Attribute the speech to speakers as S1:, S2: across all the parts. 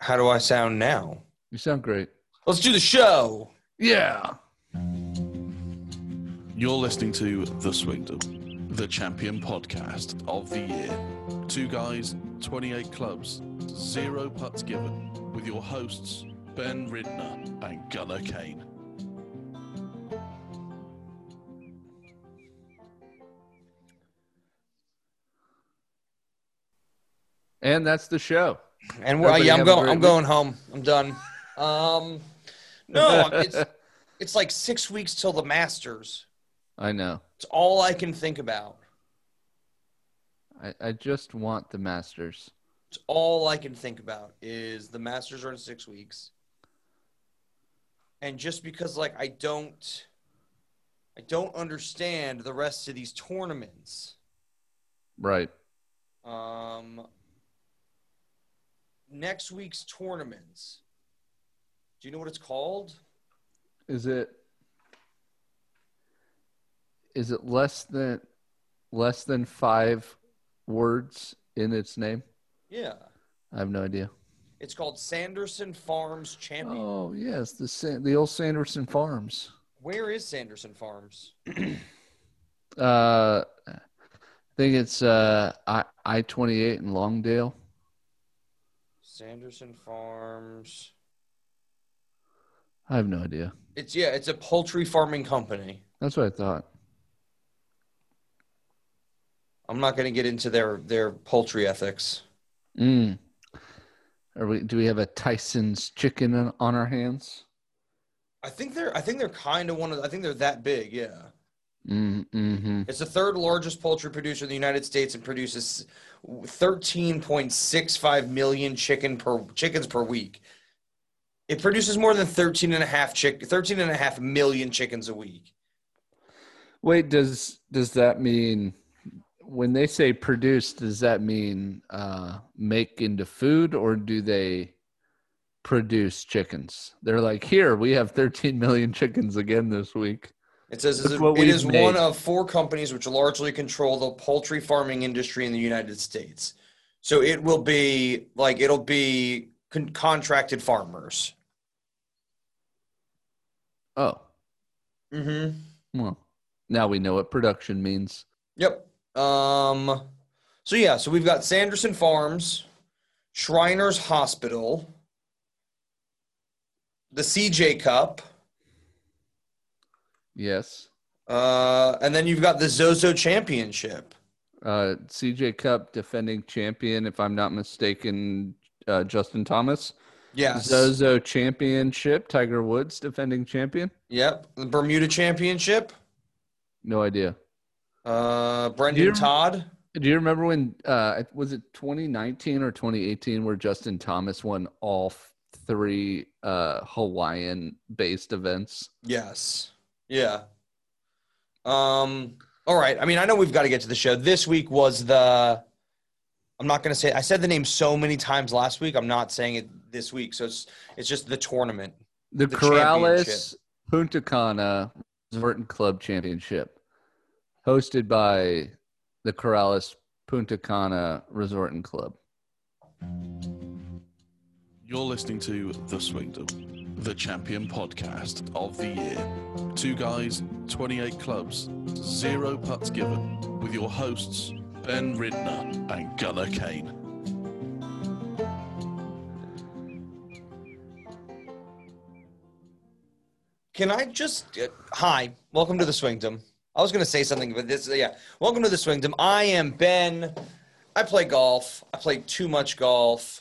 S1: How do I sound now?
S2: You sound great.
S1: Let's do the show.
S2: Yeah.
S3: You're listening to The Swingdom, the champion podcast of the year. Two guys, 28 clubs, zero putts given, with your hosts, Ben Ridner and Gunnar Kane.
S2: And that's the show.
S1: And we're,
S2: Everybody
S1: yeah, I'm
S2: have a
S1: going.
S2: great
S1: I'm
S2: week.
S1: going home. I'm done. Um, no, it's it's like six weeks till the Masters.
S2: I know.
S1: It's all I can think about.
S2: I, I just want the Masters.
S1: It's all I can think about is the Masters are in six weeks. And just because like I don't I don't understand the rest of these tournaments.
S2: Right.
S1: Um next week's tournaments. Do you know what it's called?
S2: Is it is it less than less than five words in its name?
S1: Yeah.
S2: I have no idea.
S1: It's called Sanderson Farms Champion.
S2: Oh yes, the San, the old Sanderson Farms.
S1: Where is Sanderson Farms?
S2: Uh, I think it's uh I I twenty eight in Longdale.
S1: Sanderson Farms.
S2: I have no idea.
S1: It's yeah, it's a poultry farming company.
S2: That's what I thought.
S1: I'm not going to get into their their poultry ethics.
S2: Mm. Are we? Do we have a Tyson's chicken on, on our hands?
S1: I think they're I think they're kind of one of I think they're that big. Yeah,
S2: Mm, mm-hmm.
S1: it's the third largest poultry producer in the United States and produces 13.65 million chicken per chickens per week. It produces more than 13 and a half chick 13 and a half million chickens a week.
S2: Wait, does does that mean when they say produce? Does that mean uh, make into food, or do they produce chickens? They're like, here we have 13 million chickens again this week.
S1: It says
S2: That's
S1: it-
S2: what
S1: it
S2: we've
S1: is
S2: made.
S1: one of four companies which largely control the poultry farming industry in the United States. So it will be like it'll be con- contracted farmers.
S2: Oh,
S1: Mm-hmm.
S2: well, now we know what production means.
S1: Yep. Um, so yeah, so we've got Sanderson Farms, Shriners Hospital, the CJ Cup,
S2: Yes.
S1: uh, and then you've got the Zozo Championship.
S2: Uh, CJ Cup defending champion, if I'm not mistaken, uh, Justin Thomas.
S1: Yes.
S2: Zozo championship, Tiger Woods defending champion.
S1: Yep. The Bermuda Championship.
S2: No idea.
S1: Uh, Brendan
S2: Here-
S1: Todd.
S2: Do you remember when uh, was it 2019 or 2018 where Justin Thomas won all f- three uh, Hawaiian-based events?
S1: Yes. Yeah. Um. All right. I mean, I know we've got to get to the show. This week was the. I'm not going to say. I said the name so many times last week. I'm not saying it this week. So it's it's just the tournament.
S2: The,
S1: The
S2: Corrales Punta Cana Resort and Club Championship, hosted by the Corrales Punta Cana Resort and Club.
S3: You're listening to The Swingdom, the champion podcast of the year. Two guys, 28 clubs, zero putts given, with your hosts, Ben Ridner and Gunnar Kane.
S1: Can I just? Uh, hi, welcome to the Swingdom. I was going to say something, but this. Yeah, welcome to the Swingdom. I am Ben. I play golf. I play too much golf.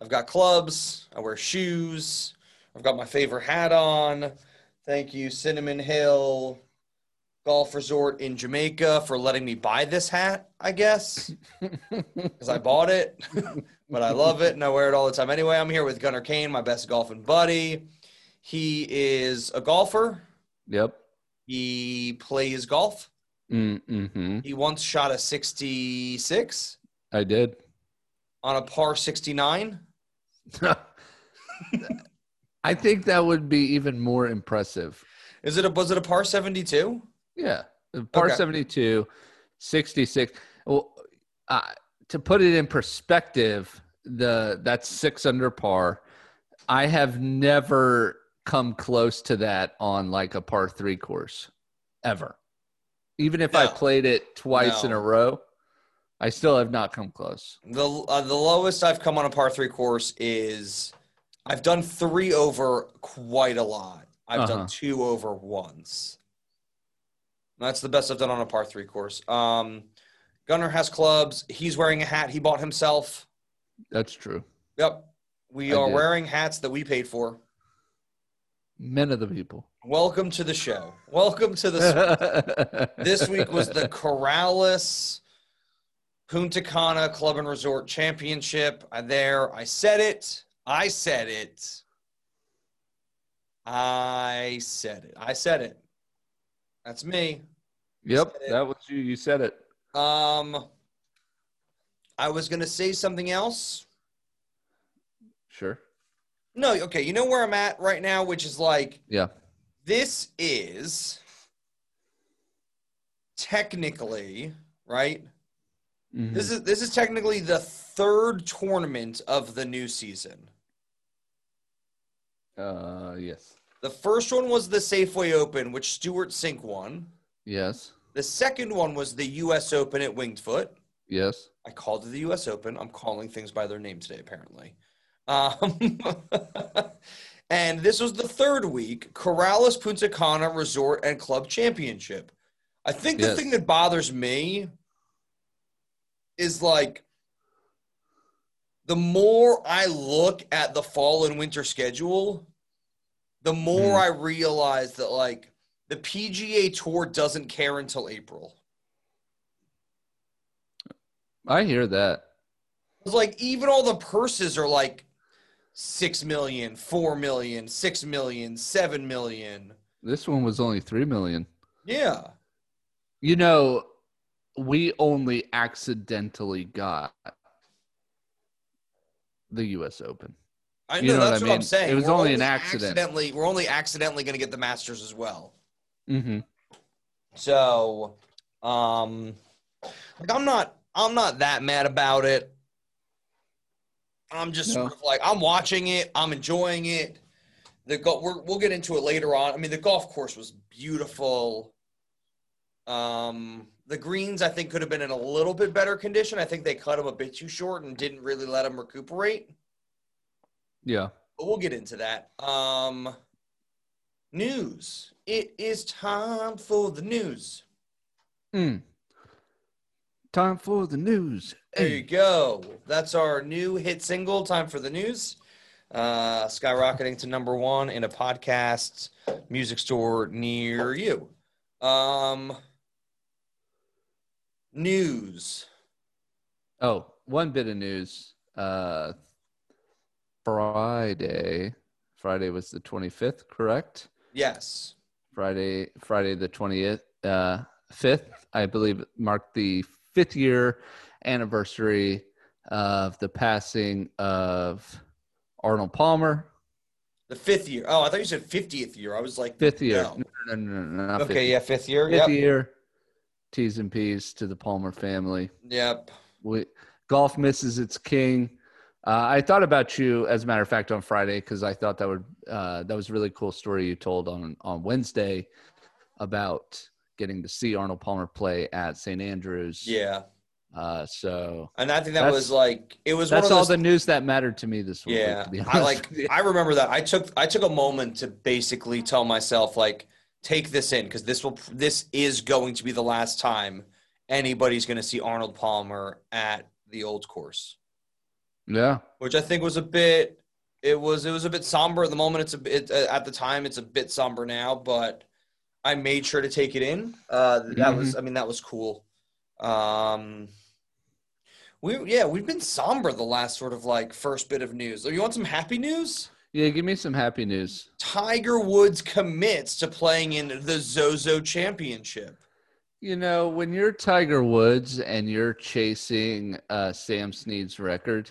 S1: I've got clubs. I wear shoes. I've got my favorite hat on. Thank you, Cinnamon Hill Golf Resort in Jamaica, for letting me buy this hat. I guess because I bought it, but I love it and I wear it all the time. Anyway, I'm here with Gunnar Kane, my best golfing buddy. He is a golfer.
S2: yep.
S1: He plays golf.
S2: Mm-hmm.
S1: He once shot a 66
S2: I did.
S1: on a par 69.
S2: I think that would be even more impressive.
S1: Is it a was it a par 72?
S2: Yeah. Par
S1: Okay.
S2: 72, 66. Well, uh, to put it in perspective, the that's six under par. I have never come close to that on like a par three course ever. Even if I
S1: No.
S2: played it twice in
S1: No.
S2: a row, I still have not come close.
S1: The uh, the lowest I've come on a par three course is I've done three over quite a lot. I've
S2: Uh-huh.
S1: done two over once. That's the best I've done on a par three course. Um, Gunner has clubs. He's wearing a hat he bought himself.
S2: That's true.
S1: Yep, we
S2: I
S1: are
S2: did.
S1: wearing hats that we paid for.
S2: Men of the people.
S1: Welcome to the show. Welcome to the this week was the Corrales Punta Cana Club and Resort Championship. I there, I said it. I said it. I said it. I said it. That's me.
S2: Yep,
S1: Said it.
S2: that was you. You said it.
S1: Um, I was gonna say something else.
S2: Sure.
S1: No, okay. You know where I'm at right now, which is like
S2: Yeah.
S1: this is technically right.
S2: Mhm.
S1: This is this is technically the third tournament of the new season.
S2: uh yes.
S1: The first one was the Safeway Open, which Stuart Sink won.
S2: Yes.
S1: The second one was the U.S. Open at Wingedfoot.
S2: Yes.
S1: I called it the U.S. Open. I'm calling things by their name today, apparently. Um, and this was the third week Corrales Punta Cana Resort and Club Championship. I think the
S2: Yes.
S1: thing that bothers me is like the more I look at the fall and winter schedule, the more I realize that like the PGA Tour doesn't care until April.
S2: I hear that.
S1: It's like even all the purses are like six million, four million, six million, seven million.
S2: This one was only 3 million.
S1: Yeah.
S2: You know, we only accidentally got the US Open.
S1: I
S2: You
S1: know,
S2: know what
S1: that's
S2: I
S1: what,
S2: mean?
S1: I'm saying.
S2: It was only an accident.
S1: Accidentally, we're only accidentally going to get the Masters as well.
S2: Mhm.
S1: So, um, like I'm not, I'm not that mad about it. I'm just
S2: No.
S1: sort of like I'm watching it. I'm enjoying it. The go- we're, we'll get into it later on. I mean, the golf course was beautiful. Um, the greens I think could have been in a little bit better condition. I think they cut them a bit too short and didn't really let them recuperate.
S2: Yeah.
S1: But we'll get into that. Um, news. It is time for the news.
S2: Mm. Time for the news.
S1: There you
S2: Hey.
S1: go. That's our new hit single, Time for the News. Uh, skyrocketing to number one in a podcast music store near you. Um, news.
S2: Oh, one bit of news. Uh Friday. Friday was the 25th, correct?
S1: Yes.
S2: Friday, Friday the twentieth, uh, fifth, I believe, marked the fifth year anniversary of the passing of Arnold Palmer.
S1: The fifth year. Oh, I thought you said 50th year. I was like,
S2: Fifth year,
S1: No.
S2: no, no, no, no, no not
S1: okay,
S2: 50.
S1: yeah, fifth year.
S2: fifth
S1: Yep.
S2: year. T's and P's to the Palmer family.
S1: Yep.
S2: We, golf misses its king. Uh, I thought about you, as a matter of fact, on Friday because I thought that would uh, that was a really cool story you told on on Wednesday about getting to see Arnold Palmer play at St. Andrews.
S1: Yeah.
S2: Uh, so
S1: And I think that
S2: That's-
S1: was like, it was one
S2: that's
S1: of
S2: all
S1: those
S2: the news that mattered to me this week.
S1: Yeah,
S2: to be
S1: I
S2: honest
S1: like.
S2: with you.
S1: I remember that. I took I took a moment to basically tell myself like, take this in because this will this is going to be the last time anybody's going to see Arnold Palmer at the old course,
S2: yeah,
S1: which I think was a bit. It was it was a bit somber at the moment. It's a bit at the time. It's a bit somber now, but I made sure to take it in. Uh, that was. I mean, that was cool. Um, we yeah, we've been somber the last sort of like first bit of news. Oh, You want some happy news?
S2: yeah. Give me some happy news.
S1: Tiger Woods commits to playing in the Zozo Championship.
S2: You know, when you're Tiger Woods and you're chasing uh, Sam Snead's record,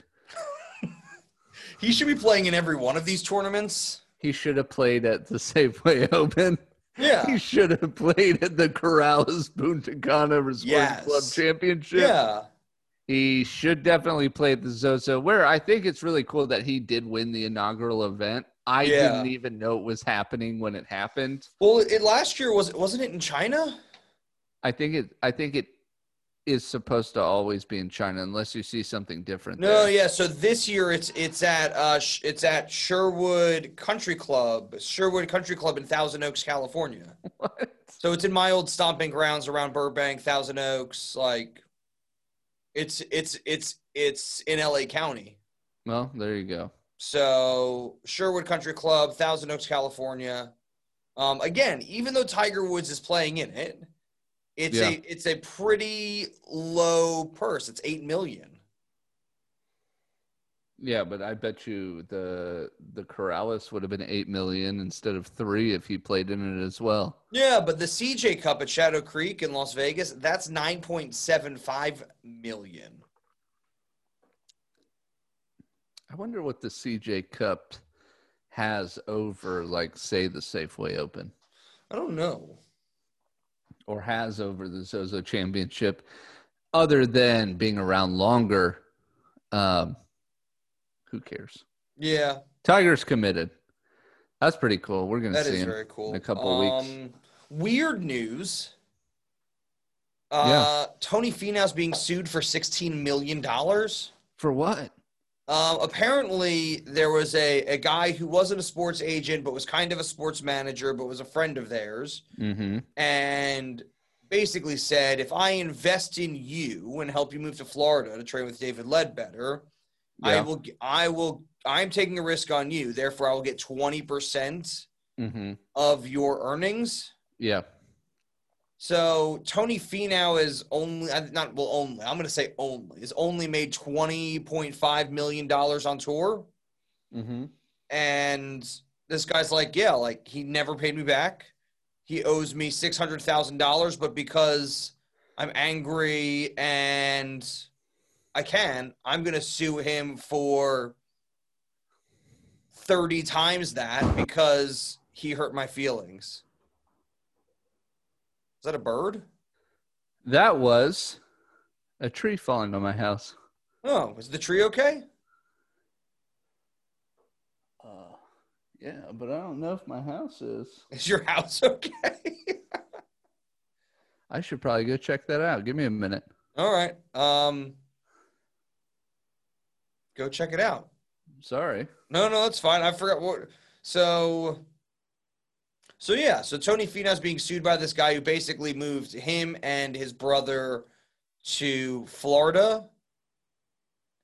S1: He should be playing in every one of these tournaments.
S2: he should have played at the Safeway Open. He
S1: Yeah.
S2: should have played at the Corrales Punta Cana Resort
S1: Yes.
S2: Club Championship.
S1: Yeah.
S2: He should definitely play at the Zozo. Where I think it's really cool that he did win the inaugural event. I
S1: Yeah.
S2: didn't even know it was happening when it happened.
S1: Well, it last year was wasn't it in China?
S2: I think it. I think it is supposed to always be in China unless you see something different.
S1: No,
S2: there.
S1: yeah. So this year it's it's at uh Sh- it's at Sherwood Country Club, Sherwood Country Club in Thousand Oaks, California.
S2: What?
S1: So it's in my old stomping grounds around Burbank, Thousand Oaks. Like, it's it's it's it's in L.A. County.
S2: Well, there you go.
S1: So Sherwood Country Club, Thousand Oaks, California. Um, again, even though Tiger Woods is playing in it, it's a it's a pretty low purse. It's eight million.
S2: Yeah, but I bet you the the Corrales would have been eight million instead of three if he played in it as well.
S1: Yeah, but the CJ Cup at Shadow Creek in Las Vegas, that's nine point seven five million.
S2: I wonder what the CJ Cup has over, like, say, the Safeway Open
S1: I don't know.
S2: or has over the Zozo Championship, other than being around longer. Um, who cares?
S1: Yeah,
S2: Tiger's committed. That's pretty cool. We're gonna
S1: that
S2: see
S1: is
S2: him.
S1: very cool. Um,
S2: in a couple weeks.
S1: Weird news. Uh, Tony Finau's being sued for sixteen million dollars.
S2: For what?
S1: Um, apparently, there was a, a guy who wasn't a sports agent, but was kind of a sports manager, but was a friend of theirs,
S2: Mm-hmm.
S1: and basically said, "If I invest in you and help you move to Florida to train with David Ledbetter, I
S2: Yeah.
S1: will, g- I will, I'm taking a risk on you. Therefore, I will get twenty percent
S2: Mm-hmm.
S1: of your earnings."
S2: Yeah.
S1: So Tony Finau is only uh, not well only I'm going to say only is only made twenty point five million dollars on tour.
S2: Mm-hmm.
S1: and this guy's like, yeah, like he never paid me back. He owes me six hundred thousand dollars, but because I'm angry and I can, I'm gonna sue him for thirty times that because he hurt my feelings. Is that a bird?
S2: That was a tree falling on my house.
S1: Oh, is the tree okay?
S2: Uh, yeah, but I don't know if my house is.
S1: Is your house okay?
S2: I should probably go check that out. Give me a minute.
S1: All right. Um, go check it out.
S2: Sorry.
S1: No, no, that's fine. I forgot what. So, so yeah. So Tony Finau's being sued by this guy who basically moved him and his brother to Florida,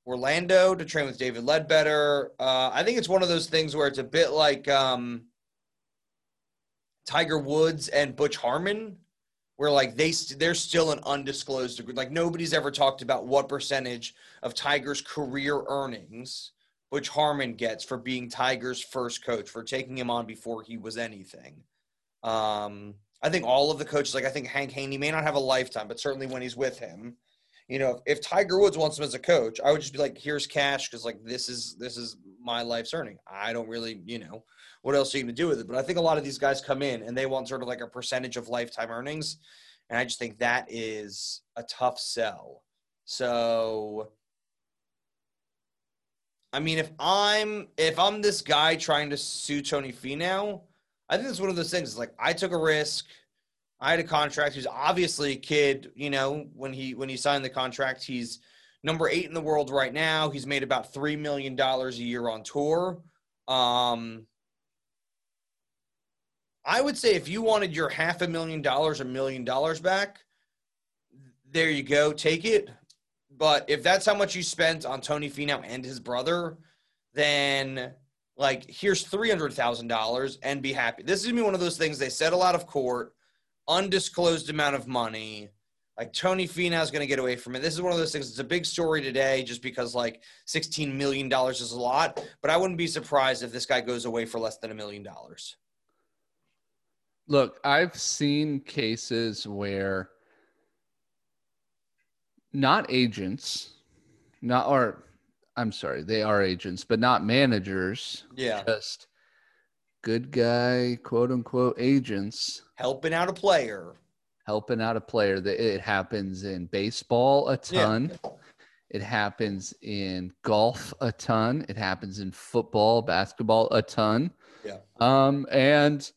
S1: Orlando, to train with David Ledbetter. Uh, I think it's one of those things where it's a bit like um, Tiger Woods and Butch Harmon, where like they st- they're still an undisclosed degree. Like nobody's ever talked about what percentage of Tiger's career earnings which Harmon gets for being Tiger's first coach, for taking him on before he was anything. Um, I think all of the coaches, like I think Hank Haney may not have a lifetime, but certainly when he's with him, you know, if, Tiger Woods wants him as a coach, I would just be like, here's cash because like this is this is my life's earning. I don't really, you know, what else are you gonna do with it? But I think a lot of these guys come in and they want sort of like a percentage of lifetime earnings. And I just think that is a tough sell. So I mean, if I'm if I'm this guy trying to sue Tony Finau, I think it's one of those things. Like I took a risk. I had a contract. He's obviously a kid. You know, when he when he signed the contract, he's number eight in the world right now. He's made about three million dollars a year on tour. Um, I would say if you wanted your half a million dollars, a million dollars back, there you go, take it. But if that's how much you spent on Tony Finau and his brother, then like here's three hundred thousand dollars and be happy. This is gonna be one of those things they settle out of court, undisclosed amount of money. Like Tony Finau's gonna get away from it. This is one of those things. It's a big story today, just because like sixteen million dollars is a lot. But I wouldn't be surprised if this guy goes away for less than a million dollars.
S2: Look, I've seen cases where not agents, not or I'm sorry, they are agents, but not managers,
S1: Yeah,
S2: just good guy, quote unquote agents
S1: helping out a player.
S2: helping out a player. That it happens in baseball a
S1: Yeah.
S2: ton. It happens in golf a ton. It happens in football, basketball a ton.
S1: Yeah.
S2: Um, and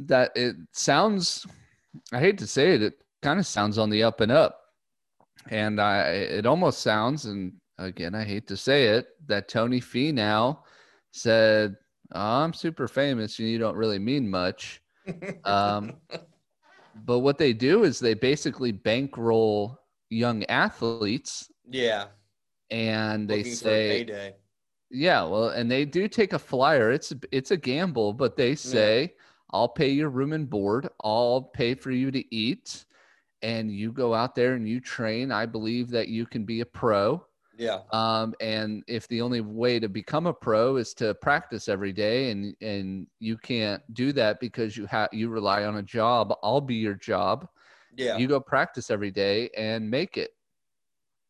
S2: that it sounds, I hate to say it, it kind of sounds on the up and up. And I, it almost sounds, and again, I hate to say it, that Tony Fee now said, "Oh, I'm super famous and you don't really mean much. Um, but what they do is they basically bankroll young athletes
S1: yeah.
S2: and they
S1: looking for a
S2: say,
S1: payday.
S2: yeah, well, and they do take a flyer. It's it's a gamble, but they say, I'll pay your room and board. I'll pay for you to eat. And you go out there and you train. I believe that you can be a pro.
S1: Yeah.
S2: Um, and if the only way to become a pro is to practice every day, and and you can't do that because you have you rely on a job, I'll be your job.
S1: Yeah.
S2: You go practice every day and make it,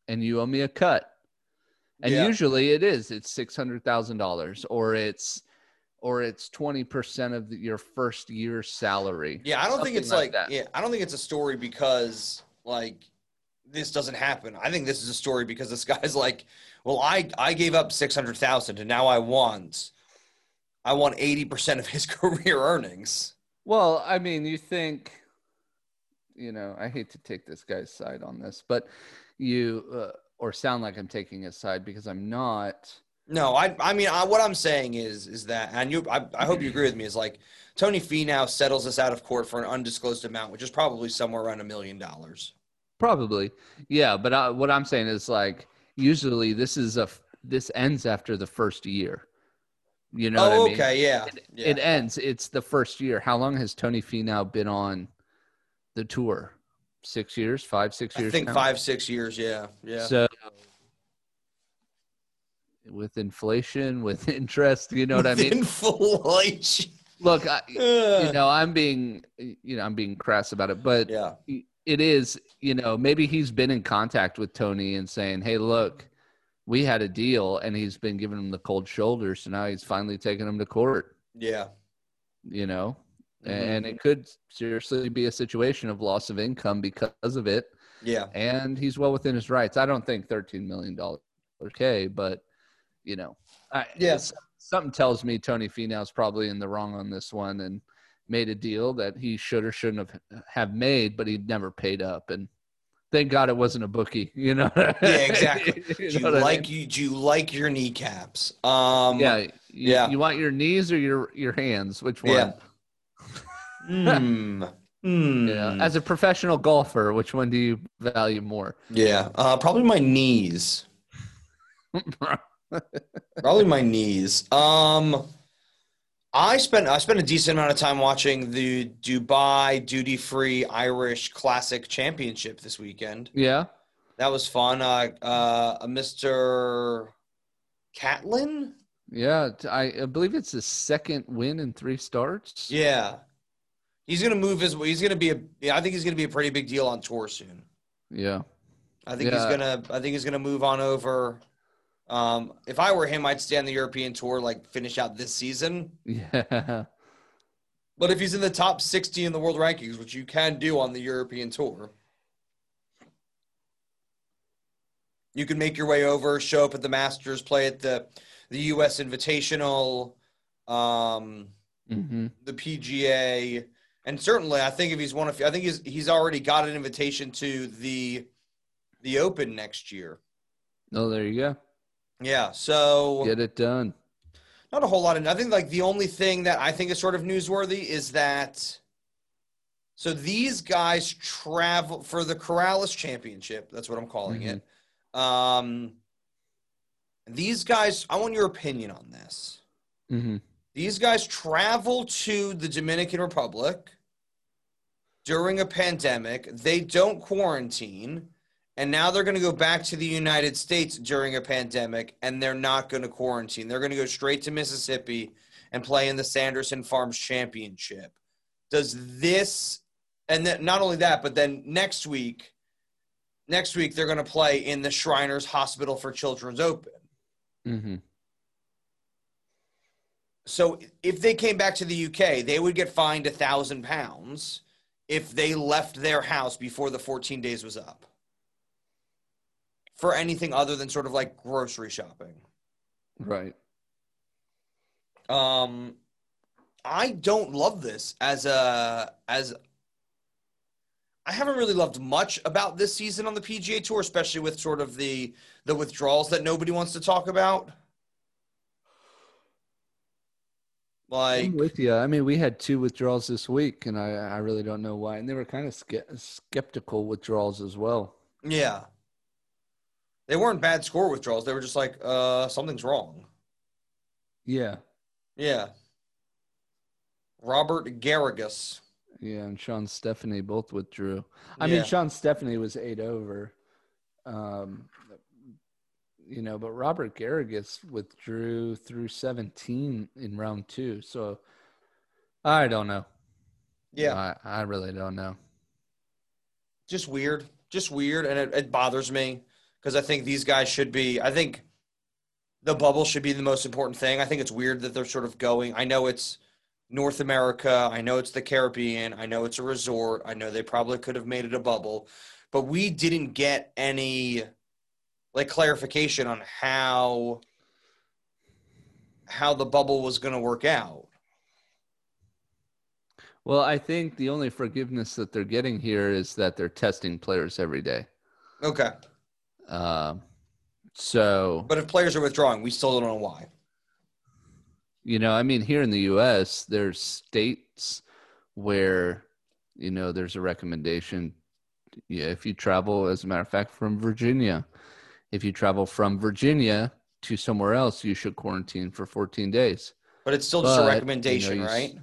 S2: and you owe me a cut. And
S1: yeah.
S2: usually it is it's six hundred thousand dollars, or it's or it's twenty percent of the, your first year's salary.
S1: Yeah, I don't think
S2: Something
S1: it's
S2: like
S1: like,
S2: that.
S1: yeah, I don't think it's a story because like this doesn't happen. I think this is a story because this guy's like, well, I I gave up six hundred thousand and now I want, I want eighty percent of his career earnings.
S2: Well, I mean, you think, you know, I hate to take this guy's side on this, but you uh, or sound like I'm taking his side because I'm not.
S1: No, I I mean I, what I'm saying is is that and you I, I hope you agree with me is like Tony Fee now settles us out of court for an undisclosed amount, which is probably somewhere around a million dollars.
S2: Probably, yeah. But I, what I'm saying is like usually this is a f- this ends after the first year. You know
S1: oh,
S2: what I mean?
S1: okay, yeah, yeah.
S2: It ends. It's the first year. How long has Tony Fee now been on the tour? Six years, five, six
S1: I
S2: years.
S1: think
S2: now?
S1: five six years. Yeah, yeah.
S2: So with inflation, with interest, you know what I mean?
S1: Inflation.
S2: Look, I,
S1: Uh,
S2: you know, I'm being, you know, I'm being crass about it, but
S1: yeah,
S2: it is, you know, maybe he's been in contact with Tony and saying, "Hey, look, we had a deal," and he's been giving him the cold shoulder, so now he's finally taking him to court,
S1: yeah.
S2: you know.
S1: Mhm.
S2: And it could seriously be a situation of loss of income because of it.
S1: Yeah.
S2: and he's well within his rights. I don't think thirteen million dollars okay, but you know, I,
S1: Yeah.
S2: s- something tells me Tony Finau's probably in the wrong on this one and made a deal that he should or shouldn't have have made, but he never paid up. And thank God it wasn't a bookie, you know.
S1: Yeah, exactly.
S2: You
S1: Do you
S2: know what I
S1: like
S2: mean?
S1: you do you like your kneecaps? Um
S2: Yeah, you,
S1: yeah.
S2: You want your knees or your your hands? Which one?
S1: Yeah. Hmm. Hmm.
S2: You know, as a professional golfer, which one do you value more?
S1: Yeah. Uh, probably my knees. Probably my knees. Um I spent I spent a decent amount of time watching the Dubai Duty Free Irish Classic Championship this weekend.
S2: yeah.
S1: That was fun. Uh, uh, Mr. Catlin?
S2: Yeah, t- I, I believe it's his second win in three starts.
S1: Yeah. He's gonna move his. He's gonna be a. yeah, I think he's gonna be a pretty big deal on tour soon.
S2: yeah,
S1: I think he's
S2: Yeah.
S1: gonna. I think he's gonna move on over. Um, if I were him, I'd stay on the European tour, like finish out this season.
S2: yeah.
S1: But if he's in the top sixty in the world rankings, which you can do on the European tour, you can make your way over, show up at the Masters, play at the the U.S. Invitational. Um,
S2: hmm
S1: the PGA, and certainly I think if he's one of, I think he's he's already got an invitation to the the Open next year.
S2: Oh, there you go.
S1: Yeah, so
S2: Get it done.
S1: not a whole lot of nothing. Like the only thing that I think is sort of newsworthy is that. So these guys travel for the Corrales Championship. That's what I'm calling it. Um, these guys, I want your opinion on this.
S2: hmm
S1: These guys travel to the Dominican Republic during a pandemic. They don't quarantine. And now they're going to go back to the United States during a pandemic and they're not going to quarantine. They're going to go straight to Mississippi and play in the Sanderson Farms Championship. Does this, and then not only that, but then next week, next week they're going to play in the Shriners Hospital for Children's Open.
S2: hmm
S1: So if they came back to the UK, they would get fined a thousand pounds if they left their house before the 14 days was up. for anything other than sort of like grocery shopping.
S2: Right.
S1: Um, I don't love this as a as I haven't really loved much about this season on the PGA Tour, especially with sort of the the withdrawals that nobody wants to talk about. Like
S2: I'm with you. I mean, we had two withdrawals this week, and I, I really don't know why. And they were kind of ske- skeptical withdrawals as well.
S1: Yeah. They weren't bad score withdrawals. They were just like, uh, something's wrong.
S2: Yeah.
S1: Yeah. Robert Garrigus.
S2: Yeah. And Sean Stephanie both withdrew. I
S1: Yeah.
S2: mean, Sean Stephanie was eight over. Um, you know, but Robert Garrigus withdrew through 17 in round two. So I don't know.
S1: Yeah.
S2: I, I really don't know.
S1: Just weird. Just weird. And it, it bothers me because I think these guys should be, I think the bubble should be the most important thing. I think it's weird that they're sort of going. I know it's North America. I know it's the Caribbean. I know it's a resort. I know they probably could have made it a bubble, but we didn't get any like clarification on how how the bubble was going to work out.
S2: Well, I think the only forgiveness that they're getting here is that they're testing players every day.
S1: Okay.
S2: Um, so
S1: But if players are withdrawing, we still don't know why.
S2: you know, I mean, here in the U.S., there's states where you know there's a recommendation. Yeah, if you travel, as a matter of fact, from Virginia, if you travel from Virginia to somewhere else, you should quarantine for 14 days.
S1: But it's still just
S2: But, you
S1: a
S2: know,
S1: recommendation,
S2: you s-
S1: right?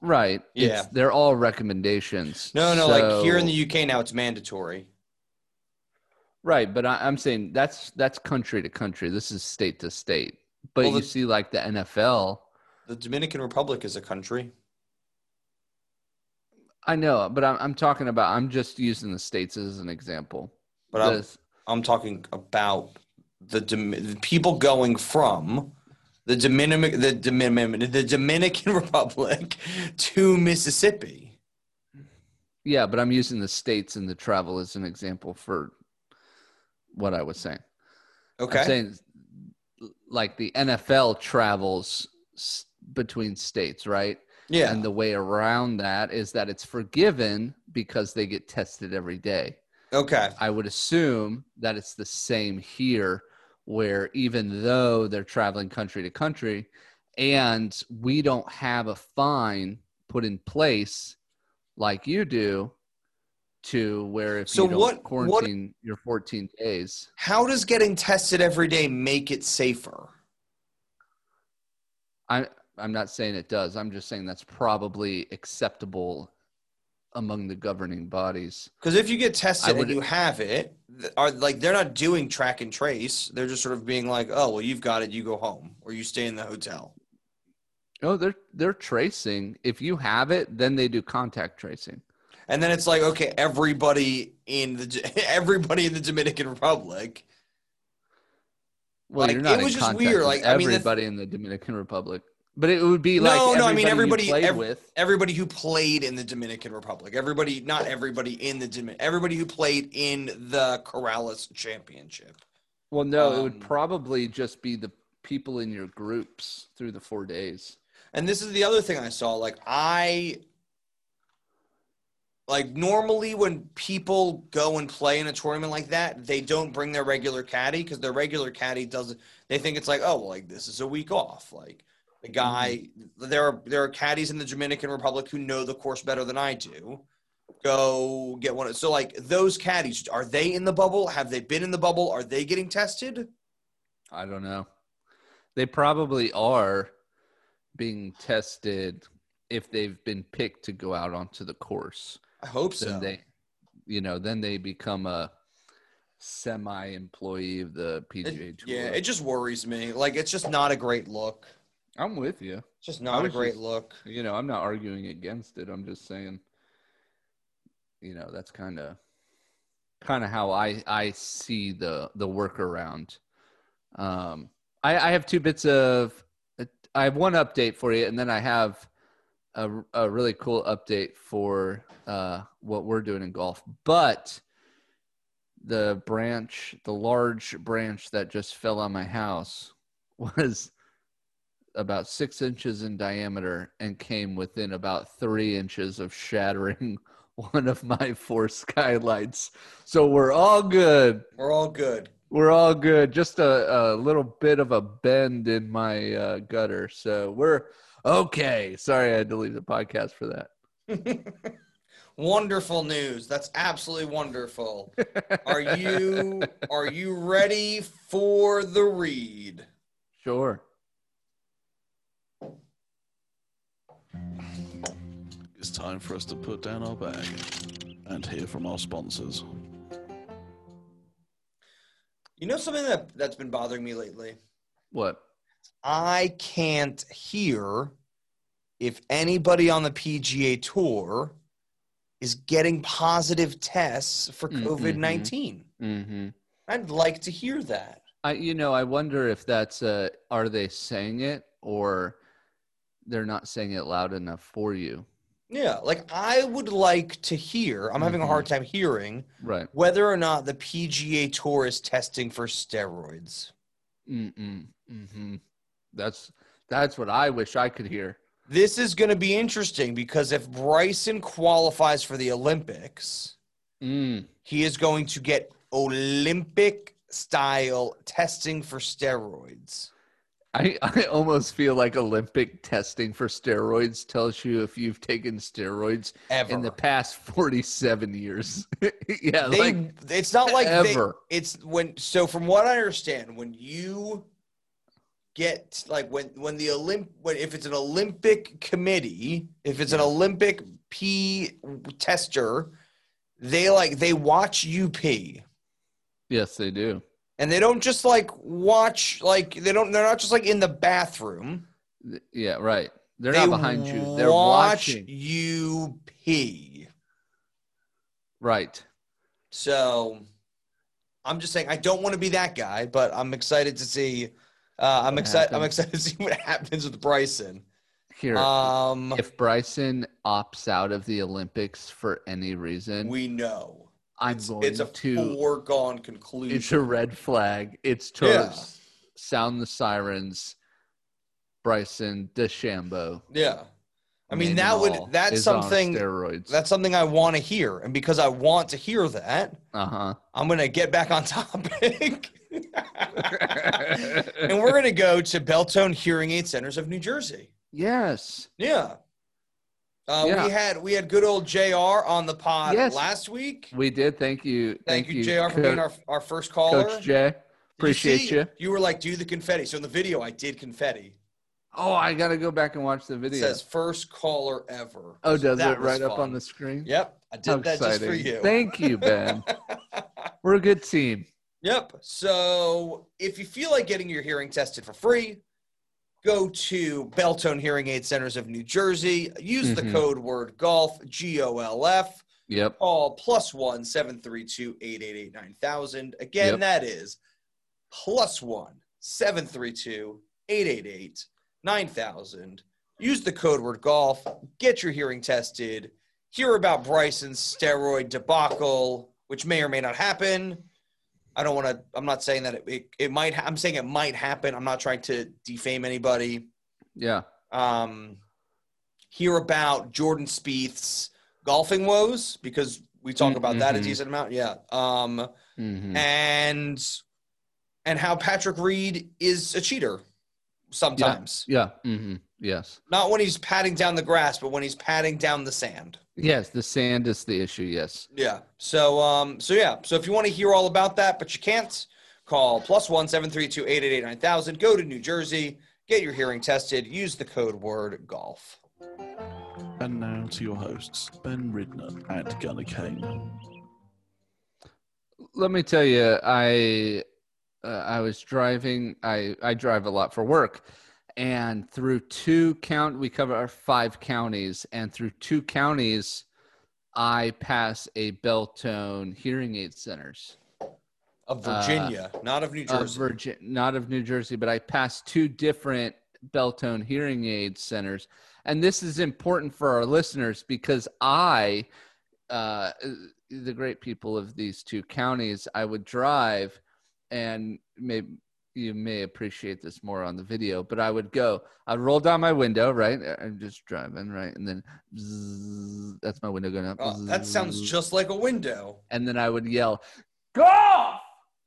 S2: Right.
S1: Yeah.
S2: It's- they're all recommendations.
S1: No, no, like here in the
S2: So-
S1: UK now it's mandatory.
S2: Right, but I, I'm saying that's that's country to country. This is state to state. But
S1: Well,
S2: you
S1: the-
S2: see, like the NFL,
S1: The Dominican Republic is a country.
S2: I know, but I'm I'm talking about. I'm just using the states as an example.
S1: But I'm,
S2: This-
S1: I'm talking about the, Dom- the people going from the Dominican the, Domin- the Dominican Republic to Mississippi.
S2: yeah, but I'm using the states and the travel as an example for what I was saying.
S1: Okay.
S2: I'm saying like the NFL travels s- between states, right?
S1: yeah.
S2: And the way around that is that it's forgiven because they get tested every day.
S1: okay.
S2: I would assume that it's the same here, where even though they're traveling country to country and we don't have a fine put in place like you do, to where if
S1: So
S2: you don't
S1: what- what-
S2: quarantine your 14 days,
S1: How does getting tested every day make it safer?
S2: I, I'm not saying it does. I'm just saying that's probably acceptable among the governing bodies.
S1: Because if you get
S2: I
S1: tested
S2: would-
S1: and you have it, th- are like they're not doing track and trace. They're just sort of being like, "Oh, well, you've got it. You go home, or you stay in the hotel."
S2: Oh, they're they're tracing. If you have it, then they do contact tracing.
S1: And then it's like, okay, everybody in the everybody in the Dominican Republic.
S2: Well,
S1: Like,
S2: you're not
S1: it was
S2: in
S1: just
S2: contact
S1: weird,
S2: with
S1: like, I mean, the-
S2: everybody in the Dominican Republic, but it would be
S1: No,
S2: like
S1: no, I mean,
S2: everybody
S1: everybody-
S2: you played
S1: ev-
S2: with.
S1: Everybody who played in the Dominican Republic. Everybody, not everybody in the Domin. Everybody who played in the Corrales Championship.
S2: Well, no, it would
S1: um,
S2: probably just be the people in your groups through the four days.
S1: And this is the other thing I saw. Like I like normally when people go and play in a tournament like that, they don't bring their regular caddy because their regular caddy doesn't they think it's like, oh well, like this is a week off. Like the guy
S2: Mm-hmm.
S1: there are there are caddies in the Dominican Republic who know the course better than I do. Go get one. So like those caddies, are they in the bubble? Have they been in the bubble? Are they getting tested?
S2: I don't know. They probably are being tested if they've been picked to go out onto the course.
S1: I hope so.
S2: Then they, you know, then they become a semi-employee of the
S1: It-
S2: PGA Tour.
S1: yeah, it just worries me. Like it's just not a great look.
S2: I'm with you.
S1: It's just
S2: I
S1: not a
S2: was
S1: great
S2: just-
S1: look.
S2: you know i'm not arguing against it i'm just saying you know that's kind of kind of how i i see the the workaround um i i have two bits of i have one update for you and then i have a, a really cool update for uh what we're doing in golf but the branch, the large branch that just fell on my house, was about six inches in diameter and came within about three inches of shattering one of my four skylights. So we're all good.
S1: We're all good.
S2: We're all good. Just a, a little bit of a bend in my uh, gutter. So we're okay. Sorry, I had to leave the podcast for that.
S1: wonderful news. That's absolutely wonderful. Are you are you ready for the read?
S2: Sure.
S3: It's time for us to put down our bag and hear from our sponsors.
S1: You know something that that's been bothering me lately?
S2: What?
S1: I can't hear if anybody on the PGA tour is getting positive tests for
S2: Mm,
S1: COVID 19.
S2: Mm-hmm.
S1: I'd like to hear that.
S2: I, you know, I wonder if that's uh are they saying it or they're not saying it loud enough for you?
S1: Yeah, like I would like to hear, I'm having a
S2: Mm-hmm.
S1: hard time hearing
S2: Right.
S1: whether or not the PGA Tour is testing for steroids.
S2: Mm-mm. Mm-hmm. That's that's what I wish I could hear.
S1: This is going to be interesting because if Bryson qualifies for the Olympics,
S2: Mm.
S1: he is going to get Olympic style testing for steroids.
S2: I, I almost feel like Olympic testing for steroids tells you if you've taken steroids
S1: Ever.
S2: in the past 47 years. yeah,
S1: they,
S2: like
S1: it's not like they-
S2: ever.
S1: it's when so from what I understand, when you get like when when the Olymp when if it's an Olympic committee, if it's an Olympic P tester, they like they watch you pee.
S2: yes, they do.
S1: And they don't just like watch like they don't they're not just like in the bathroom.
S2: Th- Yeah, right. They're
S1: They
S2: not behind you. They're
S1: watch
S2: watching.
S1: you pee.
S2: Right.
S1: So I'm just saying I don't want to be that guy, but I'm excited to see. Uh, I'm
S2: What
S1: excited. I'm
S2: happens?
S1: excited to see what happens with Bryson.
S2: Here.
S1: Um,
S2: if Bryson opts out of the Olympics for any reason,
S1: we know
S2: I'm
S1: it's,
S2: going
S1: it's a
S2: to
S1: foregone conclusion.
S2: it's a red flag. It's to
S1: Yeah.
S2: s- sound the sirens. Bryson DeChambeau.
S1: yeah, I mean
S2: name
S1: that
S2: them
S1: would
S2: all,
S1: that's
S2: is on
S1: something
S2: steroids.
S1: that's something I want to hear, and because I want to hear that,
S2: uh
S1: I'm gonna get back on topic.
S2: huh.
S1: and we're gonna go to Beltone Hearing Aid Centers of New Jersey.
S2: yes.
S1: Yeah. Uh,
S2: Yeah.
S1: We had we had good old Jr. on the pod
S2: Yes.
S1: last week.
S2: We did. Thank you.
S1: Thank, you, Jr. for
S2: Co-
S1: being our, our first caller.
S2: Coach Jay.
S1: Did
S2: Appreciate
S1: see-
S2: you.
S1: You were like, do the confetti. So in the video, I did confetti.
S2: Oh, I got to go back and watch the
S1: It
S2: video.
S1: says first caller ever.
S2: oh,
S1: So
S2: does
S1: that
S2: it
S1: was
S2: right up on
S1: fun.
S2: the screen?
S1: Yep, I did
S2: How
S1: that just for
S2: exciting.
S1: you.
S2: Thank you, Ben. We're a good team.
S1: Yep. So if you feel like getting your hearing tested for free, go to Beltone Hearing Aid Centers of New Jersey. Use the
S2: Mhm.
S1: code word golf G O L F.
S2: Yep.
S1: call plus one seven three two eight eight eight nine thousand. Again,
S2: Yep.
S1: that is plus one seven three two eight eight eight nine thousand. Use the code word golf. Get your hearing tested. Hear about Bryson's steroid debacle, which may or may not happen. I don't want to. I'm not saying that it, it, it might. Ha- I'm saying it might happen. I'm not trying to defame anybody
S2: Yeah.
S1: um, hear about Jordan Spieth's golfing woes because we talk
S2: Mm,
S1: about that a
S2: mhm.
S1: decent amount. Yeah, um,
S2: Mhm.
S1: and and how Patrick Reed is a cheater sometimes.
S2: Yeah. hmm Yes.
S1: Not when he's patting down the grass, but when he's patting down the sand.
S2: Yes. The sand is the issue. Yes.
S1: Yeah. So um so yeah. So if you want to hear all about that, but you can't, call plus one seven three two eight eight eight nine thousand. Go to New Jersey, get your hearing tested, use the code word golf.
S3: And now to your hosts, Ben Ridner and Gunnar Kane.
S2: Let me tell you, I uh, I was driving. I I drive a lot for work, and through two count we cover our five counties, and through two counties, I pass a Beltone hearing aid centers.
S1: Of
S2: Uh,
S1: Virginia, not of New
S2: of
S1: Jersey.
S2: Virgin, not of New Jersey, but I passed two different Beltone hearing aid centers. And this is important for our listeners because I uh, the great people of these two counties, I would drive, and maybe you may appreciate this more on the video, but I would go, I'd roll down my window, right? I'm just driving, right? And then bzzz, that's my window going up.
S1: Oh, that sounds
S2: bzzz.
S1: just like a window.
S2: and then I would yell, "Golf!"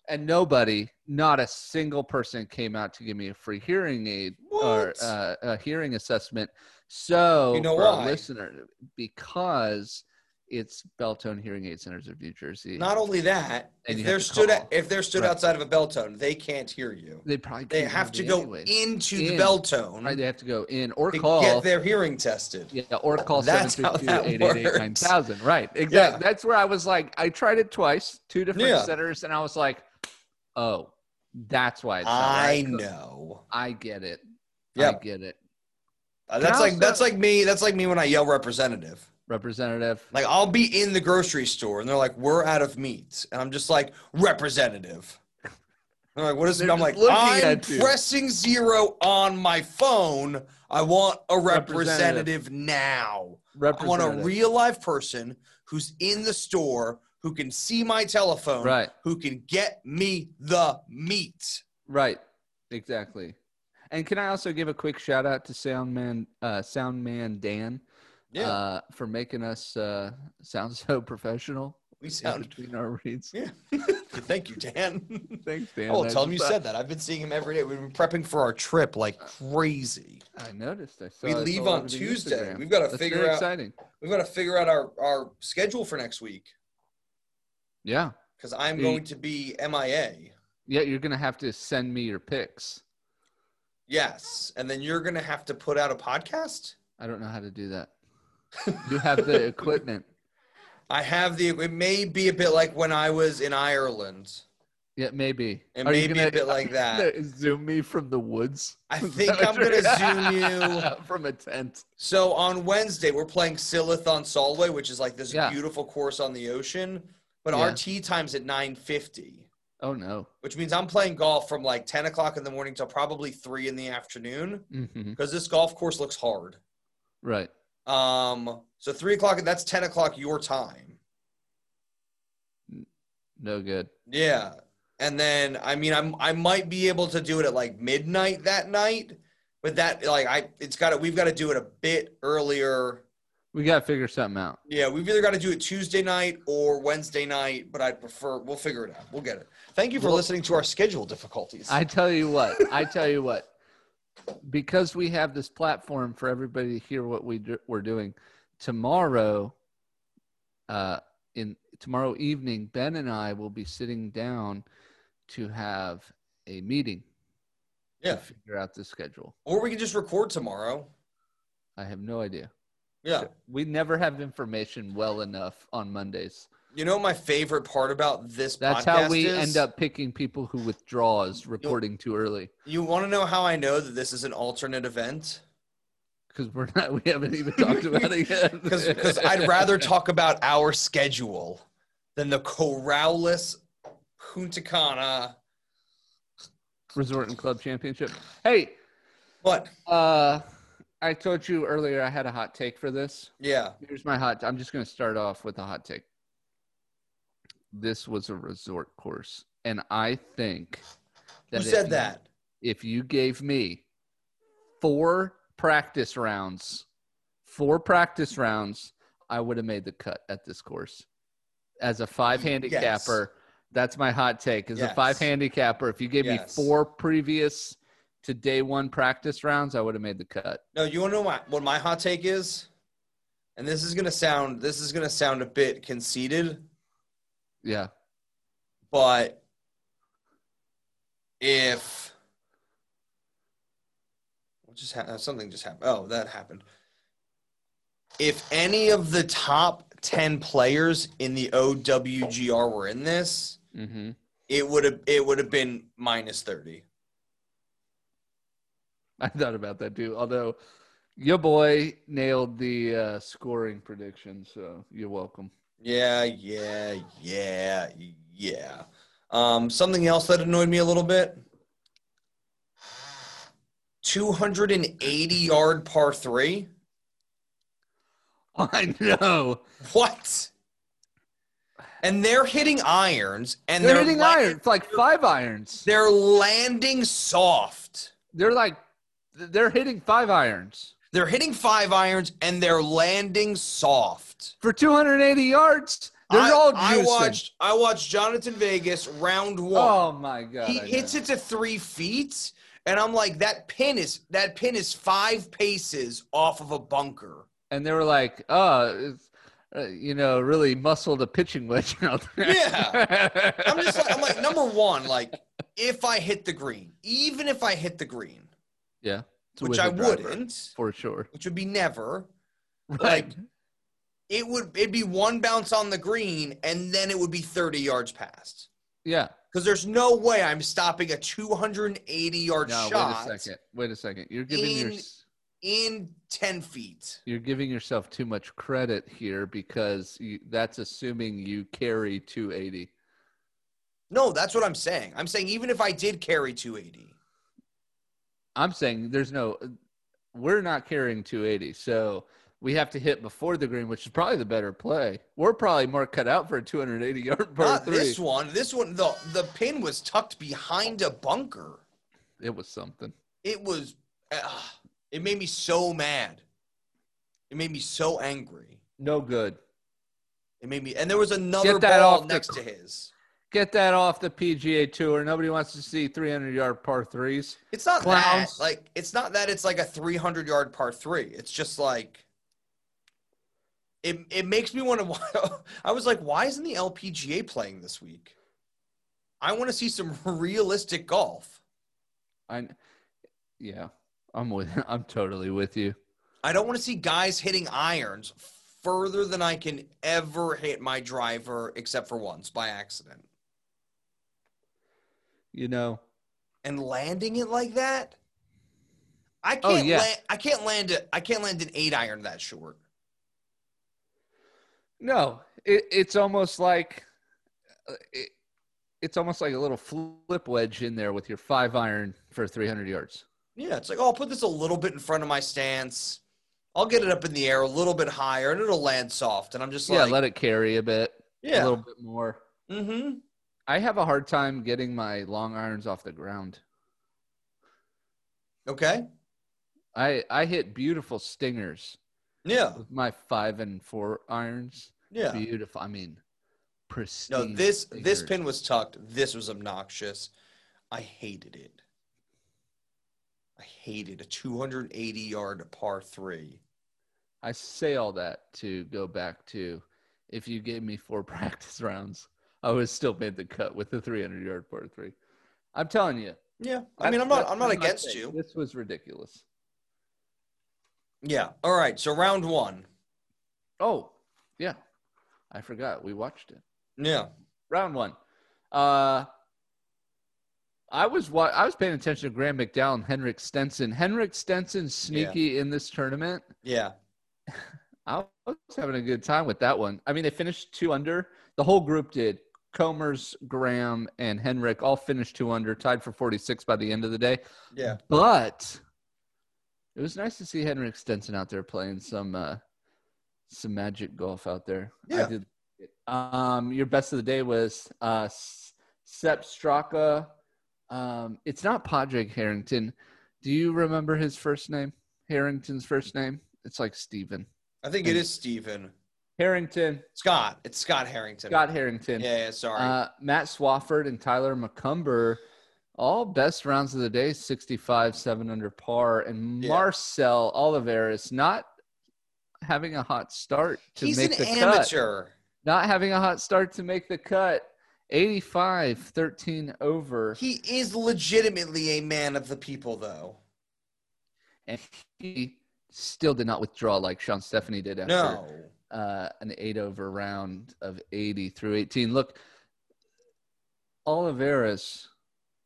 S2: And nobody, not a single person, came out to give me a free hearing aid or
S1: What?
S2: uh, a hearing assessment. So,
S1: You know
S2: for our
S1: why?
S2: listener, because it's Beltone Hearing Aid Centers of New Jersey.
S1: Not only that, if
S2: And you
S1: they're
S2: have to
S1: stood
S2: call.
S1: if they're stood
S2: Right.
S1: outside of a bell tone, they can't hear you.
S2: they probably
S1: They
S2: couldn't
S1: have
S2: hear
S1: to
S2: me
S1: go
S2: anyways.
S1: into the
S2: In.
S1: bell tone
S2: Right, they have to go in or
S1: to
S2: call.
S1: get their hearing tested.
S2: Yeah, or call
S1: That's how that
S2: 752-888-9000. Right. Exactly. That's where I was like, I tried it twice, two different
S1: Yeah.
S2: centers, and I was like, oh, that's why it's not
S1: I
S2: right.
S1: know.
S2: I get it. I
S1: Yep.
S2: get it.
S1: Uh, that's
S2: Can I
S1: like
S2: also-
S1: that's like me. That's like me when I yell representative.
S2: Representative.
S1: Like I'll be in the grocery store and they're like, "We're out of meat," and I'm just like, "Representative." I'm like, "What is?"
S2: They're
S1: I'm
S2: just
S1: like,
S2: looking
S1: "I'm
S2: at you.
S1: pressing zero on my phone. I want a representative, now. I want a
S2: Representative.
S1: real live person who's in the store who can see my telephone,
S2: right.
S1: who can get me the meat."
S2: Right. Exactly. And can I also give a quick shout out to Soundman uh Soundman Dan uh for making us uh sound so professional
S1: we
S2: in
S1: sound.
S2: between our reads.
S1: Yeah. Thank you, Dan.
S2: Thanks, Dan.
S1: Oh,
S2: I
S1: tell him you
S2: just-
S1: said that. I've been seeing him every day. We've been prepping for our trip like crazy.
S2: I noticed. I saw
S1: We
S2: it's
S1: leave
S2: Uh, all
S1: on
S2: over the
S1: Tuesday.
S2: Instagram.
S1: We've got to
S2: That's
S1: figure
S2: very
S1: out.
S2: Exciting.
S1: We've got to figure out our our schedule for next week
S2: Yeah.
S1: because I'm
S2: Hey.
S1: going to be MIA.
S2: Yeah, you're gonna have to send me your picks.
S1: Yes, and then you're gonna have to put out a podcast.
S2: I don't know how to do that. You have the equipment.
S1: I have the. It may be a bit like when I was in Ireland.
S2: Yeah, maybe.
S1: It
S2: Are
S1: may
S2: you
S1: be
S2: gonna-
S1: a bit like that.
S2: gonna Zoom me from the woods.
S1: I
S2: Is
S1: think
S2: that
S1: I'm
S2: what you're-
S1: gonna zoom
S2: from a tent.
S1: So on Wednesday we're playing Silith on Solway, which is like this
S2: Yeah.
S1: beautiful course on the ocean. But
S2: Yeah.
S1: our tee time's at nine fifty.
S2: Oh no.
S1: which means I'm playing golf from like 10 o'clock in the morning till probably three in the afternoon
S2: hmm
S1: because this golf course looks hard.
S2: Right.
S1: Um, so three o'clock, that's 10 o'clock your time.
S2: No good.
S1: Yeah. And then, I mean, I'm, I might be able to do it at like midnight that night, but that like, I, it's got to, we've got to do it a bit earlier.
S2: We gotta figure something out.
S1: Yeah. We've either got to do it Tuesday night or Wednesday night, but I'd prefer, we'll figure it out. We'll get it. Thank you for
S2: Well-
S1: listening to our schedule difficulties.
S2: I tell you what. I tell you what. Because we have this platform for everybody to hear what we do, we're doing tomorrow. Uh, in tomorrow evening, Ben and I will be sitting down to have a meeting
S1: yeah.
S2: to figure out the schedule.
S1: Or we can just record tomorrow.
S2: I have no idea.
S1: Yeah.
S2: We never have information well enough on Mondays.
S1: You know my favorite part about this
S2: That's
S1: podcast
S2: how we
S1: is?
S2: end up picking people who withdraw is reporting too early
S1: You want to know how I know that this is an alternate event?
S2: because we're not. We haven't even talked about it yet.
S1: Because I'd rather talk about our schedule than the Corrales Punta Cana.
S2: resort and club championship. Hey,
S1: What?
S2: uh, I told you earlier I had a hot take for this.
S1: Yeah.
S2: Here's my hot. I'm just going to start off with a hot take. This was a resort course, and I think
S1: Who
S2: if
S1: said
S2: you-
S1: that?
S2: if you gave me four practice rounds, four practice rounds, I would have made the cut at this course. As a five handicapper, that's my hot take. As a
S1: Yes.
S2: five handicapper, if you gave
S1: Yes.
S2: me four previous to day one practice rounds, I would have made the cut.
S1: No, you want to know my, what my hot take is? And this is gonna sound this is gonna sound a bit conceited,
S2: Yeah.
S1: but if what just ha- something just happened oh that happened if any of the top 10 players in the OWGR were in this
S2: Mm-hmm.
S1: it would have it would have been minus 30
S2: I thought about that too. Although your boy nailed the uh, scoring prediction, so you're welcome.
S1: yeah yeah yeah yeah um something else that annoyed me a little bit 280 yard par 3
S2: I know.
S1: what and they're hitting irons and
S2: They're,
S1: they're,
S2: hitting
S1: la-
S2: irons, like five irons.
S1: They're landing soft.
S2: They're like, they're hitting five irons
S1: They're hitting five irons and they're landing soft.
S2: for 280 yards. They're
S1: I,
S2: all juicing.
S1: I watched. I watched Jonathan Vegas round one.
S2: Oh my god!
S1: he
S2: I
S1: hits
S2: know.
S1: it to three feet, and I'm like, that pin is that pin is five paces off of a bunker.
S2: and they were like, "Oh, it's, uh, you know, really muscled a pitching wedge out there." Yeah,
S1: I'm just like, I'm like, number one, like if I hit the green, even if I hit the green,
S2: yeah, it's a
S1: which I
S2: wizard driver,
S1: wouldn't,
S2: for sure.
S1: which would be never,
S2: Right.
S1: it would it'd be one bounce on the green, and then it would be 30 yards past.
S2: yeah.
S1: Because there's no way I'm stopping a 280 yard
S2: No,
S1: shot
S2: wait a second. Wait a second. You're giving your
S1: In-
S2: s-
S1: in 10 feet.
S2: you're giving yourself too much credit here because you, that's assuming you carry 280.
S1: No, that's what I'm saying. I'm saying even if I did carry 280.
S2: I'm saying there's no, we're not carrying 280. So we have to hit before the green, which is probably the better play. We're probably more cut out for a 280 yard par
S1: Not
S2: three.
S1: this one. This one, the the pin was tucked behind a bunker.
S2: It was something.
S1: It was. Uh, it made me so mad. It made me so angry.
S2: No good.
S1: It made me. And there was another
S2: Get that
S1: ball
S2: off the
S1: next
S2: cor-
S1: to his.
S2: Get that off the PGA tour. Nobody wants to see 300 yard par threes.
S1: It's not
S2: Clowns.
S1: that. Like it's not that. It's like a 300 yard par three. It's just like. It it makes me want to. I was like, why isn't the LPGA playing this week? I want to see some realistic golf.
S2: I, yeah, I'm with. I'm totally with you.
S1: I don't want to see guys hitting irons further than I can ever hit my driver, except for once by accident.
S2: You know,
S1: And landing it like that, I can't.
S2: Oh, yeah.
S1: land, I can't land it. I can't land an eight iron that short.
S2: no, it, it's almost like, uh, it, it's almost like a little flip wedge in there with your five iron for 300 yards.
S1: Yeah, it's like oh, I'll put this a little bit in front of my stance. I'll get it up in the air a little bit higher, and it'll land soft. And I'm just
S2: yeah,
S1: like,
S2: let it carry a bit, a
S1: yeah,
S2: little bit more.
S1: mm-hmm.
S2: I have a hard time getting my long irons off the ground.
S1: Okay,
S2: I I hit beautiful stingers
S1: yeah,
S2: with my five and four irons.
S1: yeah.
S2: Beautiful. I mean, pristine.
S1: No, this this
S2: stingers.
S1: pin was tucked. This was obnoxious. I hated it. I hated a 280 yard par three.
S2: I say all that to go back to if you gave me four practice rounds, I would have still made the cut with the 300 yard par three. I'm telling you.
S1: Yeah, I mean, I'm not
S2: that's-
S1: I'm not
S2: that's my
S1: against
S2: take.
S1: you.
S2: This was ridiculous.
S1: Yeah. All right. So round one.
S2: Oh, yeah. I forgot. We watched it.
S1: Yeah.
S2: Round one. Uh, I was wa- I was paying attention to Graham McDowell and Henrik Stenson. Henrik Stenson sneaky in this tournament.
S1: Yeah.
S2: I was having a good time with that one. I mean, they finished two under. The whole group did. Comers, Graham, and Henrik all finished two under, tied for 46 by the end of the day.
S1: Yeah.
S2: But it was nice to see Henrik Stenson out there playing some uh, some magic golf out there.
S1: Yeah.
S2: I did. Um, your best of the day was uh, S- Sepp Straka. Um, it's not Padraig Harrington. Do you remember his first name? Harrington's first name? It's like Steven.
S1: I think it is Stephen
S2: Harrington,
S1: Scott. It's Scott Harrington.
S2: Scott Harrington,
S1: Yeah. yeah sorry.
S2: uh, Matt Swafford, and Tyler McCumber, all best rounds of the day, 65, 7 under par. And
S1: Yeah.
S2: Marcel Oliveris not having a hot start to
S1: He's
S2: make
S1: an
S2: the cut.
S1: amateur.
S2: Not having a hot start to make the cut. 85, 13 over.
S1: He is legitimately a man of the people, though.
S2: and he still did not withdraw like Sean Stephanie did after
S1: No.
S2: uh, an eight over round of 80 through 18. Look, Oliveras,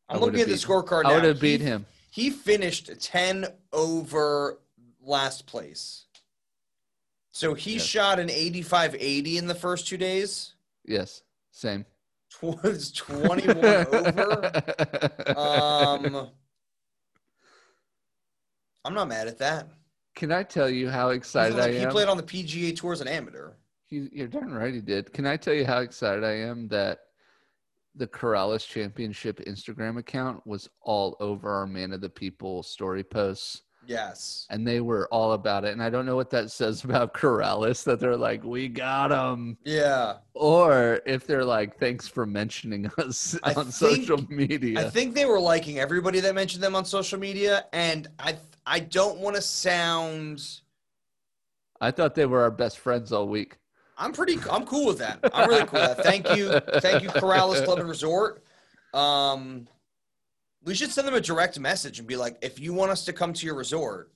S2: I
S1: I'm
S2: would've
S1: looking at the
S2: beat-
S1: scorecard.
S2: I
S1: now.
S2: would have beat
S1: He
S2: him.
S1: He finished 10 over last place. So he
S2: Yes.
S1: shot an 85 80 in the first two days,
S2: Yes, same.
S1: was 21 over.
S2: Uh,
S1: Um, I'm not mad at that.
S2: Can I tell you how
S1: He's
S2: excited
S1: on
S2: I
S1: the- he
S2: am?
S1: played on the PGA Tour as an amateur.
S2: You, you're darn right he did. Can I tell you how excited I am that the Corrales Championship Instagram account was all over our Man of the People story posts?
S1: Yes.
S2: and they were all about it. And I don't know what that says about Corrales that they're like, we got him,
S1: Yeah.
S2: or if they're like, thanks for mentioning us
S1: I
S2: on
S1: think-
S2: social
S1: I
S2: media.
S1: think they were liking everybody that mentioned them on social media, and I I don't want to sound.
S2: I thought they were our best friends all week.
S1: I'm pretty. I'm cool with that. I'm really cool with that. Thank you, thank you, Corrales Club and Resort. Um, we should send them a direct message and be like, if you want us to come to your resort,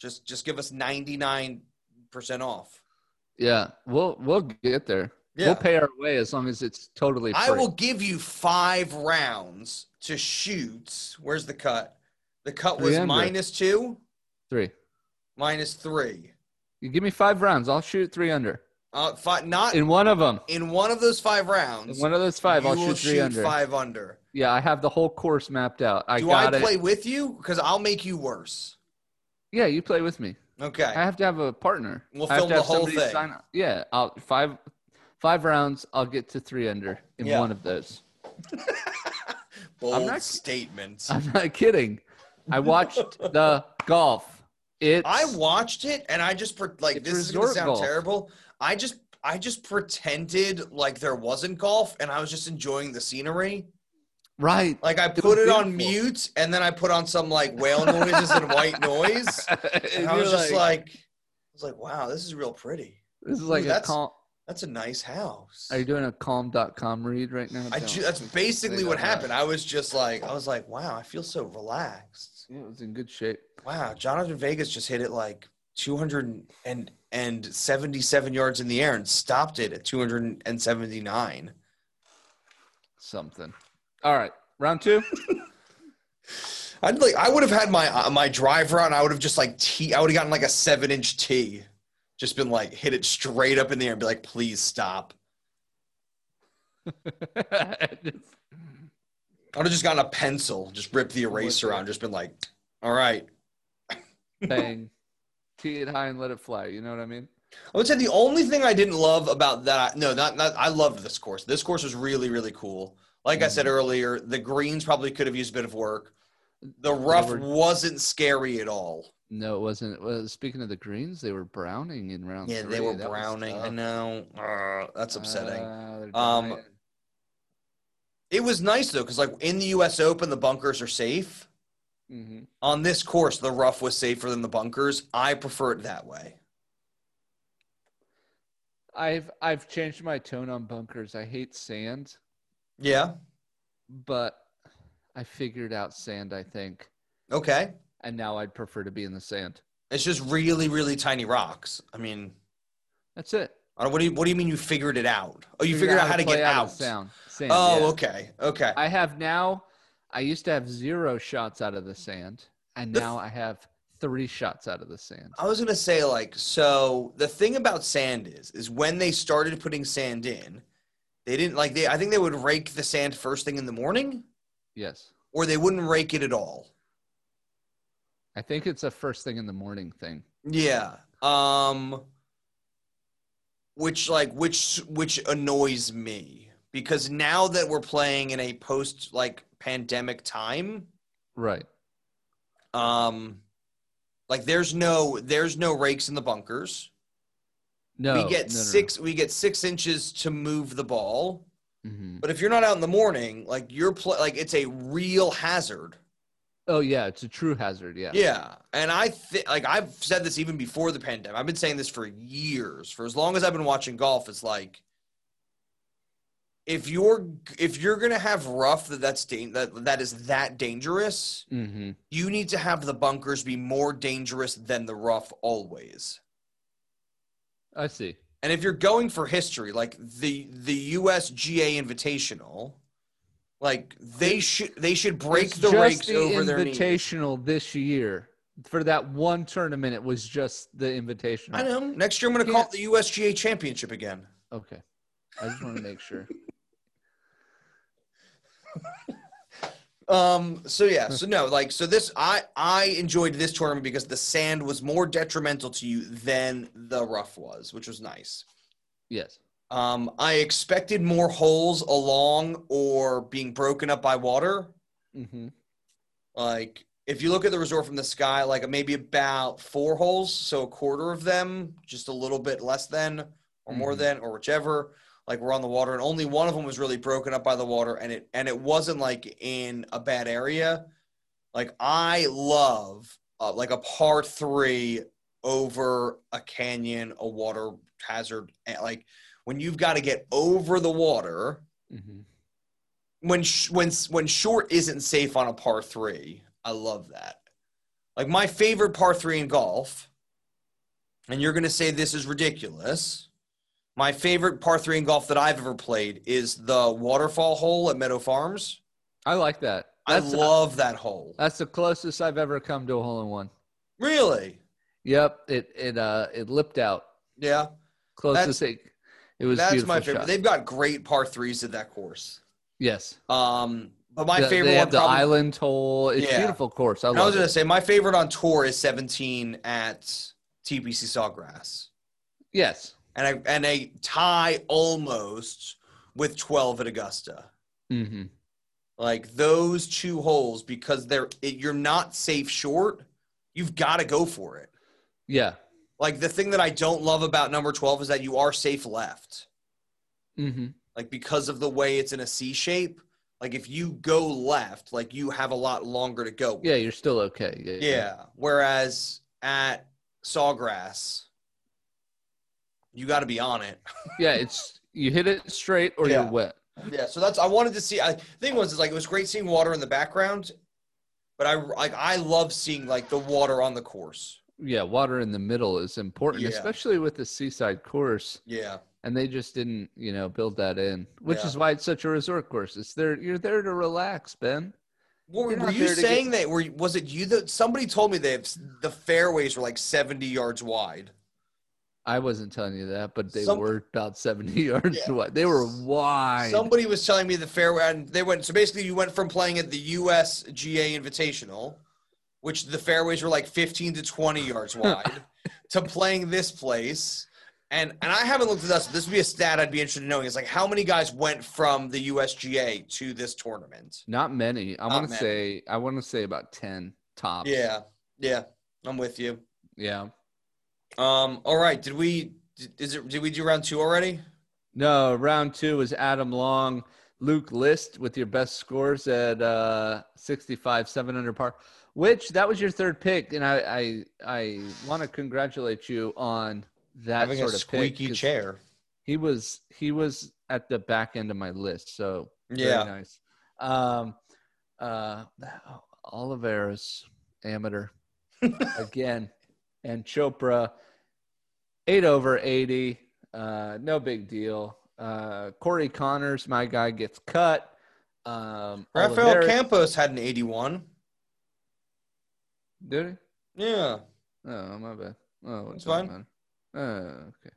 S1: just just give us 99 percent off.
S2: Yeah, we'll we'll get there. We'll pay our way as long as it's totally free.
S1: I will give you five rounds to shoot. Where's the cut? The cut was
S2: 300.
S1: minus two,
S2: three.
S1: minus three.
S2: You give me five rounds, I'll shoot three under.
S1: Uh, five, not
S2: In one of them,
S1: in one of those five
S2: in
S1: rounds.
S2: one of those five,
S1: you
S2: I'll
S1: will
S2: shoot three under.
S1: five under.
S2: Yeah, I have the whole course mapped out. I
S1: Do I
S2: got it.
S1: play with you? Because I'll make you worse.
S2: Yeah, you play with me.
S1: Okay.
S2: I have to have a partner.
S1: We'll
S2: I have
S1: film
S2: to
S1: the
S2: have
S1: whole
S2: somebody
S1: thing.
S2: sign up. Yeah, I'll, five five rounds. I'll get to three under in
S1: Yeah.
S2: one of those.
S1: Bold
S2: not-
S1: statement.
S2: I'm not kidding. I watched the golf. It's
S1: I watched it and I just pre- like
S2: It's
S1: this is gonna
S2: resort
S1: sound
S2: golf.
S1: terrible. I just I just pretended like there wasn't golf and I was just enjoying the scenery.
S2: right.
S1: Like I
S2: was
S1: put it on
S2: beautiful.
S1: mute and then I put on some like whale noises and white noise. And I
S2: You're
S1: was just like, I was like, wow, this is real pretty.
S2: this is like
S1: "Ooh,
S2: a
S1: that's-
S2: calm.
S1: That's a nice house.
S2: Are you doing a calm.com read right now?
S1: I
S2: Don't.
S1: ju- that's basically
S2: They
S1: what
S2: don't know.
S1: happened. I was just like, I was like, wow, I feel so relaxed.
S2: Yeah, it was in good shape.
S1: Wow, Jonathan Vegas just hit it like 277 yards in the air and stopped it at 279.
S2: Something. All right, round two.
S1: I'd like, I would have had my uh, my driver on. I would have just like tee. I would have gotten like a seven inch tee, just been like hit it straight up in the air and be like, please stop. I would have just gotten a pencil, just ripped the eraser out, and just been like, all right.
S2: Bang. Tee it high and let it fly. You know what I mean?
S1: I would say the only thing I didn't love about that, no, not, not I loved this course. This course was really, really cool. Like I
S2: Mm-hmm.
S1: said earlier, the greens probably could have used a bit of work. The rough
S2: were-
S1: wasn't scary at all.
S2: No, it wasn't. Well, speaking of the greens, they were browning in round.
S1: Yeah,
S2: three.
S1: they were
S2: That was
S1: browning. I
S2: tough.
S1: know. Ugh, that's upsetting.
S2: Ah, they're
S1: Um,
S2: dying.
S1: it was nice though, because like in the U.S. Open, the bunkers are safe.
S2: Mhm.
S1: On this course, the rough was safer than the bunkers. I prefer it that way.
S2: I've I've changed my tone on bunkers. I hate sand,
S1: Yeah.
S2: but I figured out sand. I think,
S1: Okay.
S2: and now I'd prefer to be in the sand.
S1: It's just really, really tiny rocks. I mean,
S2: That's it.
S1: I don't, what do you what do you mean you figured it out? Oh, you
S2: Figure
S1: figured out how to get
S2: play
S1: out.
S2: of Sound. Sand,
S1: Oh,
S2: yeah.
S1: okay, okay.
S2: I have now. I used to have zero shots out of the sand, and
S1: The
S2: now I have three shots out of the sand.
S1: I was gonna say like so. The thing about sand is, is when they started putting sand in, they didn't like they. I think they would rake the sand first thing in the morning,
S2: Yes,
S1: or they wouldn't rake it at all.
S2: I think it's a first thing in the morning thing.
S1: Yeah. Um. Which like which which annoys me because now that we're playing in a post like pandemic time,
S2: Right.
S1: um, like there's no there's no rakes in the bunkers.
S2: No.
S1: we get six we get six inches to move the ball
S2: hmm
S1: but if you're not out in the morning like you're pl- like it's a real hazard
S2: Oh yeah, it's a true hazard. Yeah.
S1: yeah, and i think like i've said this even before the pandemic i've been saying this for years for as long as i've been watching golf it's like if you're if you're gonna have rough that that's da- that that is that dangerous
S2: hmm
S1: you need to have the bunkers be more dangerous than the rough always
S2: I see.
S1: And if you're going for history, like the the USGA Invitational, like they should they should break
S2: It's
S1: the
S2: just
S1: rakes
S2: the
S1: over their knees.
S2: invitational this year for that one tournament. It was just the invitational.
S1: I know. Next year I'm going to call it the USGA Championship again.
S2: Okay. I just want to make sure.
S1: Um. So yeah. So no. Like so this I I enjoyed this tournament because the sand was more detrimental to you than the rough was, which was nice.
S2: Yes.
S1: Um, I expected more holes along or being broken up by water.
S2: Mm-hmm.
S1: Like if you look at the resort from the sky, like maybe about four holes, so a quarter of them, just a little bit less than or more
S2: Mhm.
S1: than or whichever, like were on the water, and only one of them was really broken up by the water, and it and it wasn't like in a bad area. Like I love uh, like a par three over a canyon, a water hazard, eh, like when you've got to get over the water
S2: Mm-hmm.
S1: when sh- when s- when short isn't safe on a par three, I love that. Like my favorite par three in golf, and you're gonna say this is ridiculous. My favorite par three in golf that I've ever played is the waterfall hole at Meadow Farms.
S2: I like that.
S1: I
S2: That's
S1: love that hole.
S2: that's the closest I've ever come to a hole in one.
S1: Really?
S2: Yep. It it uh it lipped out.
S1: Yeah,
S2: Closest it it was
S1: that's
S2: beautiful
S1: my favorite.
S2: shot.
S1: They've got great par threes at that course.
S2: yes.
S1: Um, but my
S2: The-
S1: favorite
S2: they
S1: one
S2: have the
S1: probably-
S2: island hole. It's
S1: Yeah.
S2: beautiful course. I
S1: And I was
S2: love
S1: gonna
S2: it.
S1: say my favorite on tour is 17 at TPC Sawgrass.
S2: Yes.
S1: and a, and a tie almost with 12 at Augusta.
S2: Mm-hmm.
S1: Like those two holes, because they're it, you're not safe short. You've got to go for it.
S2: Yeah.
S1: Like the thing that I don't love about number 12 is that you are safe left.
S2: Mm-hmm.
S1: Like because of the way it's in a C shape. Like if you go left, like you have a lot longer to go.
S2: Yeah, you're still okay. Yeah.
S1: Yeah. Whereas at Sawgrass, you got to be on it.
S2: Yeah, it's you hit it straight or
S1: Yeah.
S2: you're wet.
S1: Yeah, so that's I wanted to see. I the thing was is like it was great seeing water in the background, but I like I love seeing like the water on the course.
S2: Yeah, water in the middle is important,
S1: Yeah.
S2: especially with the seaside course.
S1: Yeah,
S2: And they just didn't, you know, build that in, which
S1: Yeah.
S2: is why it's such a resort course. It's there you're there to relax, Ben.
S1: were,
S2: You're
S1: were
S2: not
S1: you
S2: there to
S1: saying that? Were was it you that somebody told me that the fairways were like seventy yards wide?
S2: I wasn't telling you that, but they
S1: Some-
S2: were about seventy yards
S1: Yeah.
S2: wide. They were wide.
S1: Somebody was telling me the fairway, and they went. So basically, you went from playing at the USGA Invitational, which the fairways were like fifteen to twenty yards wide, to playing this place. And and I haven't looked at this. This would be a stat I'd be interested in knowing. Is like how many guys went from the USGA to this tournament?
S2: Not many. I
S1: Not
S2: want to
S1: many.
S2: say I want to say about ten tops.
S1: Yeah, yeah, I'm with you.
S2: Yeah.
S1: Um, all right, did we? did- Is it? Did we do round two already?
S2: No, round two was Adam Long, Luke List with your best scores at uh, 65, 700 par, which that was your third pick, and I I, I want to congratulate you on that
S1: Having a
S2: sort of
S1: squeaky
S2: pick, 'cause
S1: chair.
S2: He was he was at the back end of my list, so very
S1: Yeah.
S2: nice. Um, uh, Oliveira's amateur again, and Chopra eight over eighty. Uh, no big deal. Uh, Corey Connors, my guy, gets cut. Um,
S1: Rafael
S2: Oliveira-
S1: Campos had an 81.
S2: did he?
S1: Yeah.
S2: Oh, my bad. Oh,
S1: It's
S2: it's fine. Oh, okay.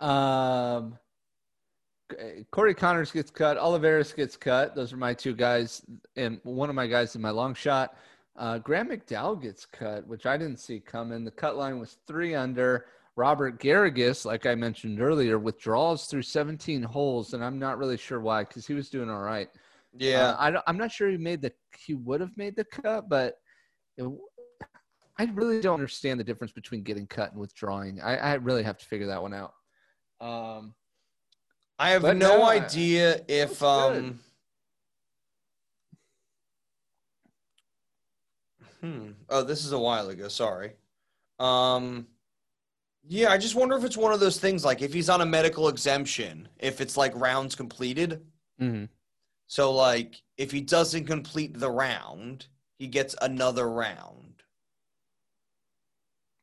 S2: Um, C- Corey Connors gets cut. Oliveris gets cut. Those are my two guys, and one of my guys in my long shot. Uh, Graham McDowell gets cut, which I didn't see coming. The cut line was three under. Robert Garrigus, like I mentioned earlier, withdraws through 17 holes, and I'm not really sure why, because he was doing all right.
S1: Yeah.
S2: Uh, I don't, I'm not sure he made the he would have made the cut, but it, I really don't understand the difference between getting cut and withdrawing. I, I really have to figure that one out. Um,
S1: I have
S2: But
S1: no
S2: no, I-
S1: idea if
S2: That's
S1: um Hmm. Oh, this is a while ago, sorry. Um Yeah, I just wonder if it's one of those things like if he's on a medical exemption, if it's like rounds completed.
S2: Mm-hmm.
S1: So like if he doesn't complete the round, he gets another round.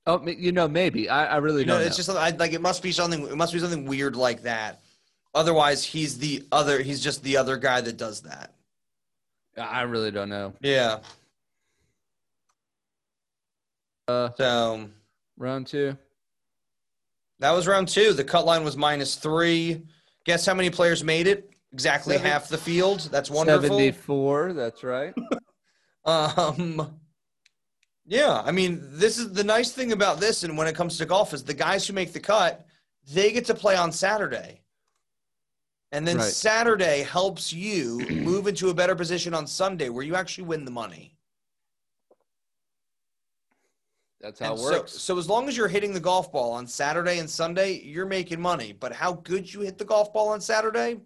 S2: Oh, ma- you know, maybe I, I really
S1: You know,
S2: don't.
S1: it's
S2: know.
S1: just something- I, like it must be something it must be something weird like that. Otherwise, he's the other he's just the other guy that does that.
S2: I really don't know.
S1: Yeah.
S2: Uh,
S1: So
S2: round two.
S1: that was round two. The cut line was minus three. Guess how many players made it? Exactly
S2: Seven-
S1: half the field. That's wonderful.
S2: 74. That's right.
S1: Um, yeah, I mean, this is the nice thing about this, and when it comes to golf, is the guys who make the cut They get to play on Saturday. And then
S2: Right.
S1: Saturday helps you move into a better position on Sunday where you actually win the money.
S2: That's how
S1: And
S2: it
S1: so-
S2: works.
S1: So, as long as you're hitting the golf ball on Saturday and Sunday, you're making money. But how good you hit the golf ball on Saturday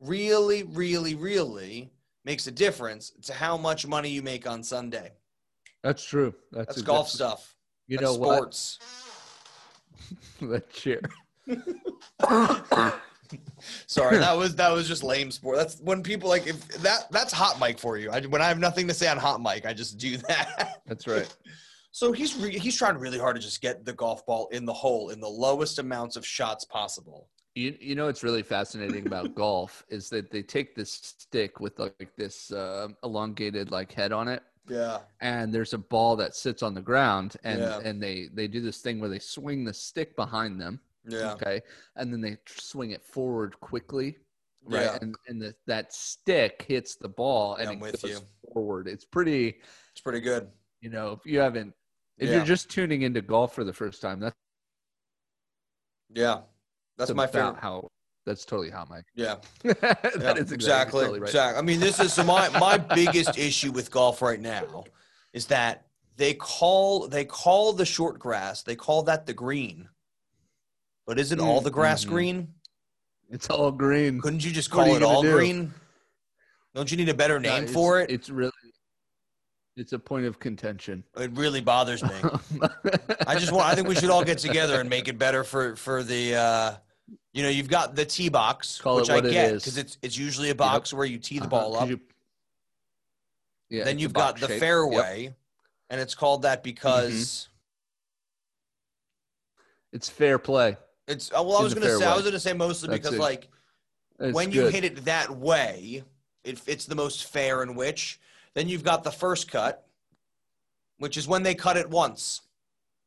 S1: really, really, really makes a difference to how much money you make on Sunday.
S2: That's true. That's,
S1: That's
S2: exact-
S1: golf stuff.
S2: You
S1: That's
S2: know
S1: sports.
S2: what? Let's cheer.
S1: Sorry, that was that was just lame sport. That's when people like if that that's hot mic for you. I, when I have nothing to say on hot mic, I just do that.
S2: That's right.
S1: So he's re- he's trying really hard to just get the golf ball in the hole in the lowest amounts of shots possible.
S2: You you know what's really fascinating about golf is that they take this stick with like this uh, elongated like head on it,
S1: Yeah.
S2: and there's a ball that sits on the ground, and
S1: Yeah.
S2: and they they do this thing where they swing the stick behind them,
S1: Yeah.
S2: okay, and then they tr- swing it forward quickly, right,
S1: Yeah.
S2: and and the, that stick hits the ball and
S1: Yeah, I'm
S2: it
S1: with
S2: goes
S1: you.
S2: forward. It's pretty.
S1: It's pretty good.
S2: you know, if you haven't, if
S1: Yeah.
S2: you're just tuning into golf for the first time, that's,
S1: Yeah. That's my
S2: about
S1: favorite.
S2: how that's totally how Mike.
S1: Yeah.
S2: that is
S1: Yeah,
S2: exactly,
S1: exactly.
S2: totally right.
S1: Exactly. I mean, this is so my my biggest issue with golf right now is that they call they call the short grass they call that the green, but isn't all the grass
S2: Mhm.
S1: green?
S2: It's all green.
S1: Couldn't you just
S2: What are
S1: call
S2: you
S1: it
S2: gonna
S1: all
S2: do?
S1: green? Don't you need a better
S2: No,
S1: name
S2: it's-
S1: for it? it?
S2: It's really, it's a point of contention.
S1: really bothers me. I just want. I think we should all get together and make it better for for the. Uh, you know, you've got the tee box,
S2: Call it
S1: which I
S2: what it
S1: get
S2: is. Uh-huh.
S1: because it's it's usually a box where you tee the ball up.
S2: yeah,
S1: then
S2: it's a
S1: you've got
S2: box
S1: the
S2: shape. Yep. Mm-hmm.
S1: fairway, and it's called that because
S2: It's fair play.
S1: it's. oh, Well, I
S2: In
S1: was
S2: the
S1: gonna say I
S2: fairway.
S1: was gonna say mostly
S2: That's
S1: because
S2: it.
S1: like
S2: It's
S1: when you
S2: good.
S1: hit it that way, it, it's the most fair in which. Then you've got the first cut, which is when they cut it once.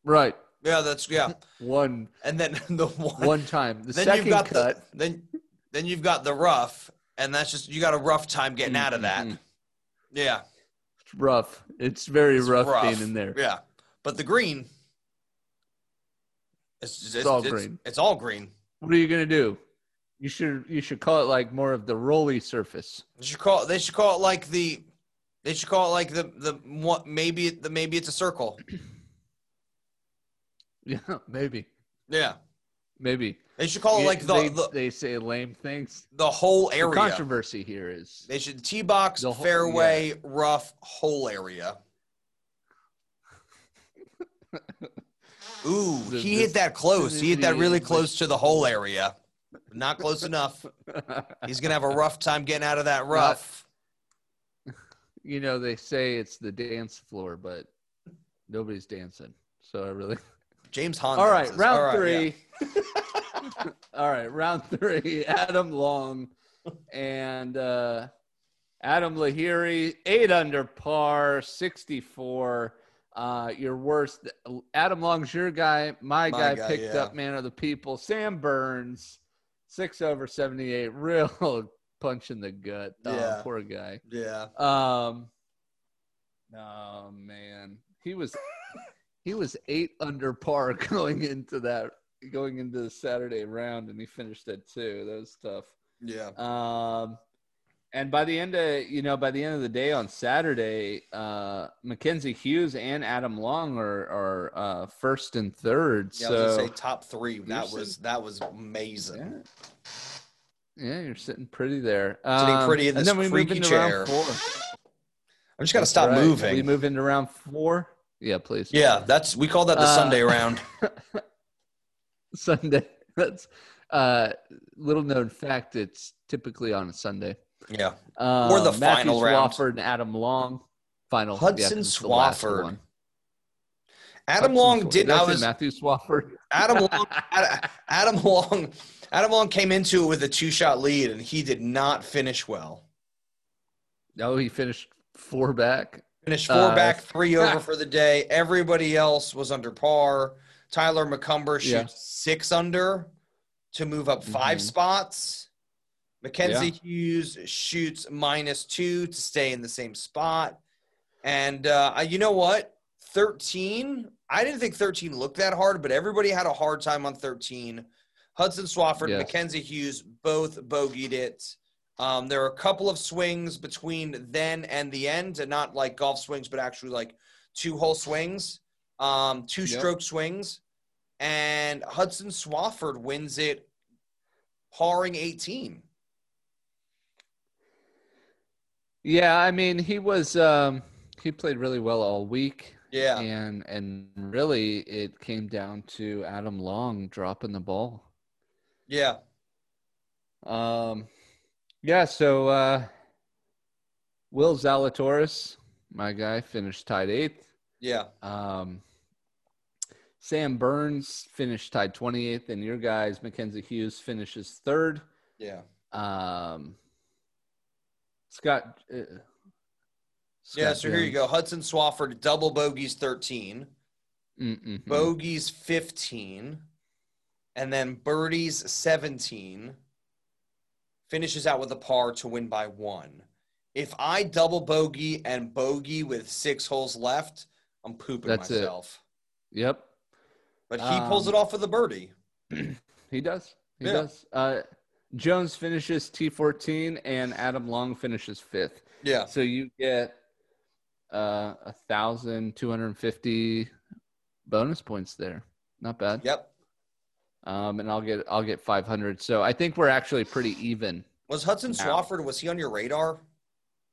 S2: right
S1: Yeah, that's yeah.
S2: one
S1: And then the one,
S2: one time, the
S1: then
S2: second
S1: you've got
S2: cut.
S1: The, then then you've got the rough, and that's just you got a rough time getting out of that.
S2: Mhm.
S1: Yeah,
S2: It's rough. It's very
S1: it's
S2: rough, being in there.
S1: Yeah, but the green. It's, it's,
S2: all
S1: it's-
S2: green.
S1: It's all green.
S2: What are you gonna do? You should you should call it like more of the rolly surface.
S1: They should call. They should call it like the. They should call it like the the what maybe the maybe it's a circle.
S2: Yeah, maybe,
S1: Yeah,
S2: maybe.
S1: they should call it
S2: Yeah,
S1: like the
S2: they,
S1: the,
S2: they say lame things.
S1: the whole
S2: The
S1: area.
S2: controversy here is
S1: They should tee box
S2: The whole-
S1: fairway rough whole area. Ooh,
S2: The-
S1: he
S2: this-
S1: hit that close. He hit that
S2: the-
S1: really
S2: the-
S1: close to the whole area. Not close enough. He's gonna have a rough time getting out of that rough.
S2: you know they say it's the dance floor, but nobody's dancing. So I really.
S1: James Hahn.
S2: All right,
S1: dances.
S2: round
S1: All right, yeah.
S2: three. All right, round three. Adam Long and uh, Adam Lahiri, eight under par, sixty-four. Uh, your worst. Adam Long's your guy.
S1: My
S2: My, guy,
S1: guy,
S2: picked
S1: yeah.
S2: up man of the people. Sam Burns, six over seventy-eight. Real punch in the gut. Oh,
S1: Yeah.
S2: poor guy.
S1: Yeah.
S2: Um, oh man, he was he was eight under par going into that going into the Saturday round, and he finished at two. That was tough.
S1: Yeah.
S2: Um, and by the end of you know by the end of the day on Saturday, uh, Mackenzie Hughes and Adam Long are are uh, first and third.
S1: Yeah, I was
S2: so
S1: gonna say top three. That
S2: Houston.
S1: was that was amazing.
S2: yeah. yeah, you're sitting pretty there.
S1: Sitting
S2: Um,
S1: pretty in
S2: and
S1: this
S2: then we move
S1: creaky
S2: into
S1: chair.
S2: round four.
S1: I'm just gotta
S2: That's
S1: stop
S2: right.
S1: moving.
S2: We move into round four. Yeah, please.
S1: yeah, that's we call that the
S2: Uh,
S1: Sunday round.
S2: Sunday. That's uh, little known fact. It's typically on a Sunday.
S1: Yeah.
S2: Um,
S1: Or the
S2: Matthew
S1: final round.
S2: Swafford and Adam Long. Final.
S1: Hudson
S2: 'cause it's the last
S1: Swafford.
S2: one.
S1: Adam
S2: Hudson
S1: Long
S2: Swa-
S1: did.
S2: I
S1: I
S2: say
S1: was
S2: Matthew Swafford.
S1: Adam Long. Ad- Adam Long. Adam Long came into it with a two-shot lead, and he did not finish well.
S2: No, he finished four back.
S1: Finished four
S2: Uh,
S1: back, three over for the day. Everybody else was under par. Tyler McCumber shoots
S2: Yeah.
S1: six under to move up 5
S2: Mhm.
S1: spots. Mackenzie Hughes shoots minus two to stay in the same spot. And uh, I- you know what? 13, I didn't think 13 looked that hard, but everybody had a hard time on 13. Hudson Swafford,
S2: Yes.
S1: Mackenzie Hughes both bogeyed it. Um, there are a couple of swings between then and the end, and not like golf swings, but actually like two hole swings, um, two
S2: Yep.
S1: stroke swings. And Hudson Swafford wins it, paring 18.
S2: Yeah, I mean, he was um, he played really well all week,
S1: Yeah.
S2: and and really it came down to Adam Long dropping the ball.
S1: Yeah.
S2: Um, yeah, so uh, Will Zalatoris, my guy, finished tied eighth.
S1: Yeah.
S2: Um, Sam Burns finished tied 28th, and your guys, Mackenzie Hughes, finishes third.
S1: Yeah.
S2: Um, Scott. Uh,
S1: Yeah.
S2: Scott
S1: So here you go.
S2: Jones-
S1: Hudson Swafford double bogeys 13.
S2: Mm-mm-mm.
S1: bogeys 15 and then birdies 17 finishes out with a par to win by one if i double bogey and bogey with six holes left i'm pooping
S2: That's it.
S1: myself
S2: Yep,
S1: but he pulls
S2: Um,
S1: it off with a birdie
S2: he does. He
S1: Yeah.
S2: does. Uh, Jones finishes T14, and Adam Long finishes fifth.
S1: yeah
S2: So you get uh, a thousand two hundred and fifty bonus points there. Not bad.
S1: yep
S2: Um, and I'll get I'll get five hundred. So I think we're actually pretty even.
S1: was hudson
S2: Wow.
S1: swafford was he on your radar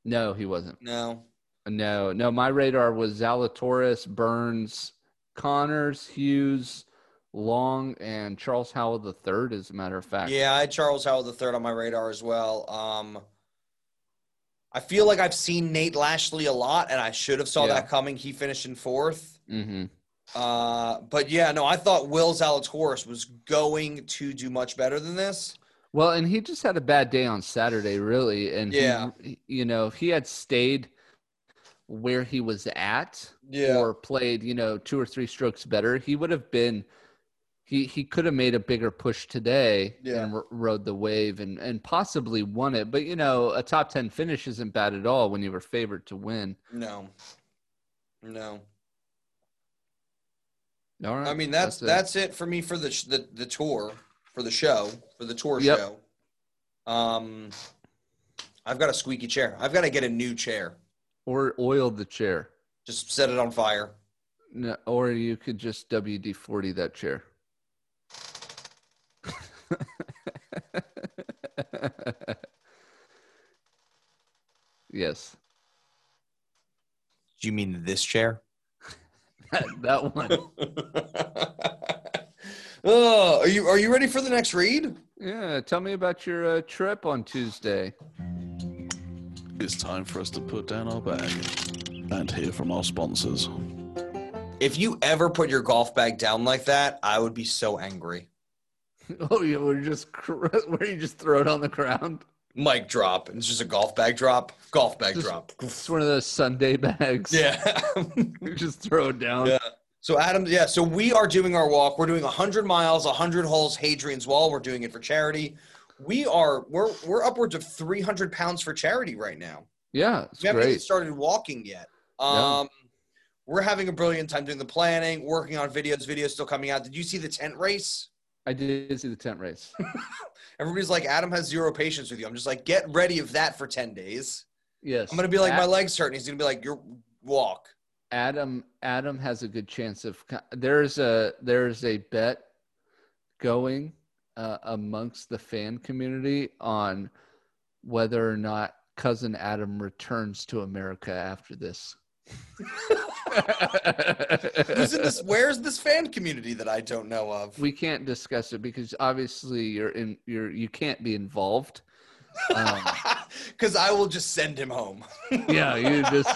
S2: No, he wasn't.
S1: no
S2: No, no. My radar was Zalatoris, Burns, Connors, Hughes, Long, and Charles Howell the third. As a matter of fact.
S1: yeah i had charles howell the third on my radar as well um i feel like i've seen nate lashley a lot and i should have saw
S2: Yeah.
S1: that coming he finished in fourth
S2: Mm-hmm.
S1: Uh, but yeah, no, I thought Will Zalatoris was going to do much better than this.
S2: Well, and he just had a bad day on Saturday, really. And he-
S1: Yeah.
S2: you know, if he had stayed where he was at, or played, you know, two or three strokes better, he would have been he he could have made a bigger push today
S1: Yeah.
S2: and r- rode the wave and and possibly won it. But you know, a top 10 finish isn't bad at all when you were favored to win.
S1: no, no.
S2: All right.
S1: I mean, that's
S2: it.
S1: that's it for me for the sh- the, the tour for the show for the tour
S2: Yep.
S1: show. Um, I've got a squeaky chair. I've got to get a new chair.
S2: or oil the chair.
S1: Just set it on fire.
S2: No, or you could just WD-40 that chair. yes.
S1: Do you mean this chair?
S2: That, that one.
S1: oh, are you are you ready for the next read?
S2: Yeah, tell me about your uh, trip on Tuesday.
S3: It's time for us to put down our bag and hear from our sponsors.
S1: If you ever put your golf bag down like that, I would be so angry.
S2: Oh, you were just cr- where you just throw it on the ground.
S1: mic drop. and It's just a golf bag drop. Golf bag
S2: Just-
S1: drop.
S2: It's one of those Sunday bags.
S1: Yeah.
S2: you just throw it down.
S1: Yeah. so Adam, yeah. So we are doing our walk. We're doing 100 miles, 100 holes, Hadrian's Wall. We're doing it for charity. We are we're we're upwards of 300 pounds for charity right now.
S2: Yeah, it's
S1: We haven't even
S2: great.
S1: started walking yet. Um, We're having a brilliant time doing the planning, working on videos. Videos still coming out. Did you see the tent race?
S2: I did see the tent race.
S1: Everybody's like, Adam has zero patience with you. I'm just like, get ready of that for 10 days.
S2: Yes.
S1: I'm gonna be like, my
S2: At-
S1: legs hurt. And he's gonna be like, your walk.
S2: Adam Adam has a good chance of co- there's a there's a bet going uh, amongst the fan community on whether or not cousin Adam returns to America after this.
S1: Who's in this? Where's this fan community that I don't know of?
S2: we can't discuss it because obviously you're in you're you can't be involved. Um,
S1: Because I will just send him home.
S2: yeah, you just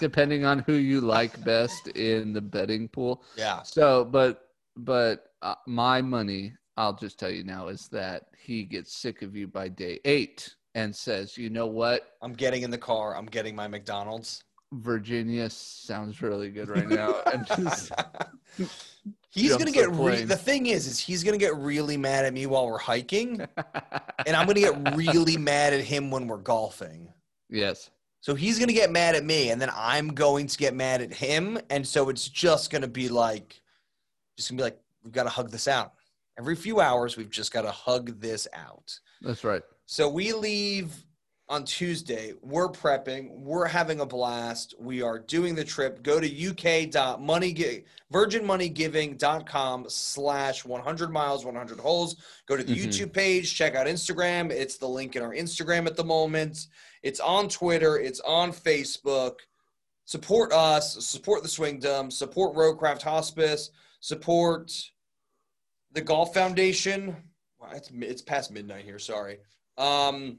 S2: depending on who you like best in the betting pool.
S1: yeah.
S2: So, but but uh, my money, I'll just tell you now, is that he gets sick of you by day eight and says, "You know what?
S1: I'm getting in the car. I'm getting my McDonald's.
S2: Virginia sounds really good right now." and just,
S1: He's
S2: Jumps
S1: gonna
S2: the
S1: get. Re-
S2: plane.
S1: the thing is, is he's gonna get really mad at me while we're hiking, and I'm gonna get really mad at him when we're golfing.
S2: yes,
S1: So he's gonna get mad at me, and then I'm going to get mad at him, and so it's just gonna be like, just gonna be like, we've got to hug this out. Every few hours, we've just got to hug this out.
S2: That's right.
S1: So we leave on Tuesday. We're prepping. We're having a blast. We are doing the trip. Go to uk.moneygi- virginmoneygiving.com slash 100 miles, 100 holes. Go to the
S2: Mhm.
S1: YouTube page. Check out Instagram. It's the link in our Instagram at the moment. It's on Twitter. It's on Facebook. Support us. Support the Swingdom. Support Roadcraft Hospice. Support the Golf Foundation. Wow, it's, it's past midnight here. Sorry. Um,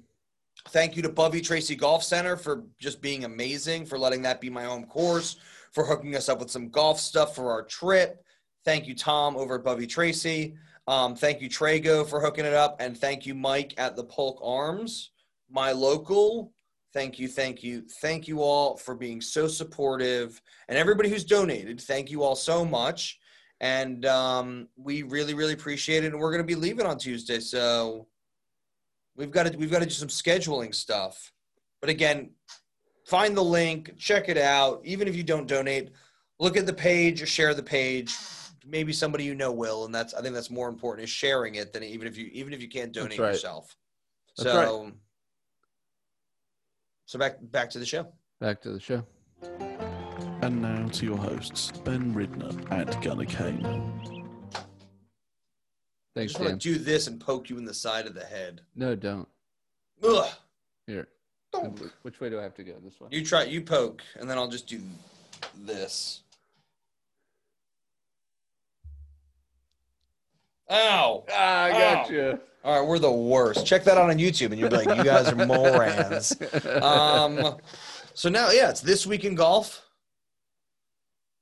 S1: Thank you to Bovey Tracy Golf Center for just being amazing, for letting that be my home course, for hooking us up with some golf stuff for our trip. Thank you, Tom, over at Bovey Tracy. Um, thank you, Trago, for hooking it up. And thank you, Mike, at the Polk Arms, my local. Thank you, thank you, thank you all for being so supportive. And everybody who's donated, thank you all so much. And um, we really, really appreciate it. And we're going to be leaving on Tuesday. So. We've got to we've got to do some scheduling stuff. But again, find the link, check it out. Even if you don't donate, look at the page or share the page. Maybe somebody you know will, and that's I think that's more important is sharing it than even if you even if you can't donate
S2: right.
S1: yourself.
S2: That's
S1: so so back back to the show.
S2: Back to the show.
S3: And now to your hosts, Ben Ridner and Gunnar Kane.
S1: I
S2: Thanks,
S1: just want
S2: Dan.
S1: to do this and poke you in the side of the head.
S2: No, don't.
S1: Ugh.
S2: Here.
S1: Don't.
S2: Which way do I have to go? This way.
S1: You try you poke, and then I'll just do this. Ow!
S2: Ah, I got
S1: Oh.
S2: you.
S1: All right, we're the worst. Check that out on YouTube, and you'll be like, "You guys are morons." Um, so now, yeah, it's this week in golf.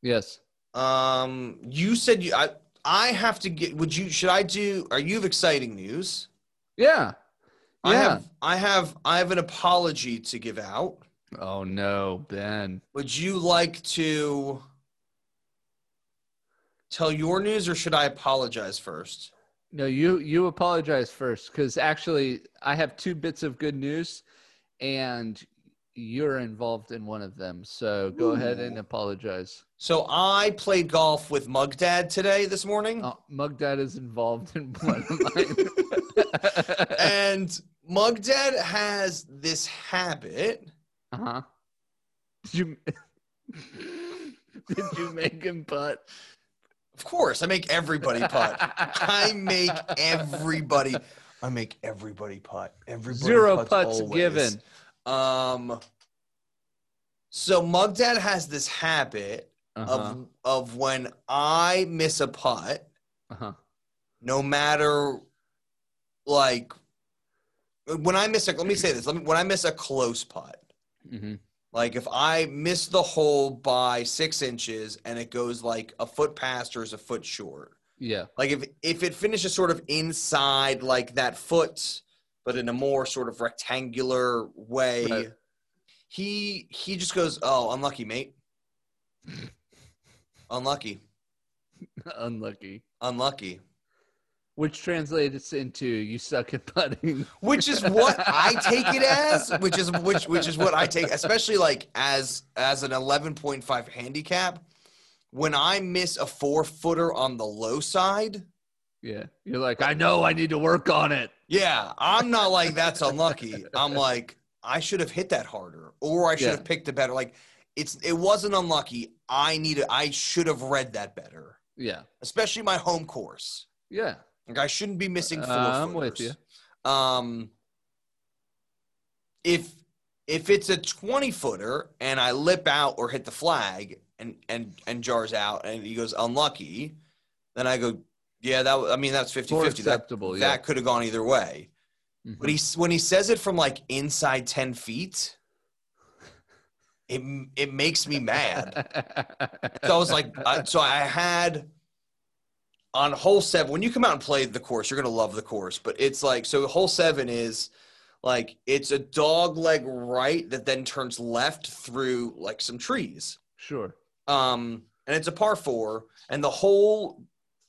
S2: yes.
S1: Um, you said you, I, I have to get. Would you? Should I do? Are you have exciting news?
S2: Yeah.
S1: I
S2: Yeah.
S1: have. I have. I have an apology to give out.
S2: Oh no, Ben.
S1: Would you like to tell your news or should I apologize first?
S2: No, you you apologize first because actually I have two bits of good news, and you're involved in one of them. So go ahead and apologize.
S1: So I played golf with Mug Dad today this morning
S2: Oh, Mug Dad is involved in one of mine.
S1: and Mug Dad has this habit.
S2: uh huh. Did you did you make him putt?
S1: Of course, I make everybody putt. I make everybody I make everybody putt. Everybody
S2: zero
S1: putts
S2: putts
S1: always.
S2: given.
S1: Um so Mug Dad has this habit
S2: Uh-huh.
S1: of of when I miss a putt
S2: Uh-huh.
S1: no matter like when I miss a let me say this. Let me when I miss a close putt,
S2: hmm
S1: like if I miss the hole by six inches and it goes like a foot past or is a foot short.
S2: Yeah.
S1: Like if if it finishes sort of inside like that foot, but in a more sort of rectangular way,
S2: Right.
S1: he he just goes, Oh, unlucky, mate. unlucky.
S2: Unlucky.
S1: Unlucky.
S2: Which translates into you suck at putting.
S1: which is what I take it as, which is which which is what I take, especially like as as an eleven point five handicap. When I miss a four footer on the low side,
S2: Yeah. You're like, I know I need to work on it.
S1: yeah, I'm not like that's unlucky. I'm like I should have hit that harder, or I should
S2: Yeah.
S1: have picked a better. Like it's it wasn't unlucky. I need to- I should have read that better,
S2: Yeah.
S1: especially my home course.
S2: Yeah.
S1: Like I shouldn't be missing
S2: Uh,
S1: four.
S2: I'm with
S1: footers. Um, if if it's a twenty footer and I lip out or hit the flag and and and jars out and he goes unlucky, then I go, yeah, that wa- I mean that's 50
S2: More
S1: 50 That,
S2: acceptable. yeah.
S1: that could have gone either way.
S2: Mhm.
S1: But he s- when he says it from like inside ten feet, it m- it makes me mad. So I was like, I, so I had on hole seven. When you come out and play the course, you're gonna love the course. But it's like so. Hole seven is like it's a dog leg right that then turns left through like some trees.
S2: sure.
S1: Um, and it's a par four, and the whole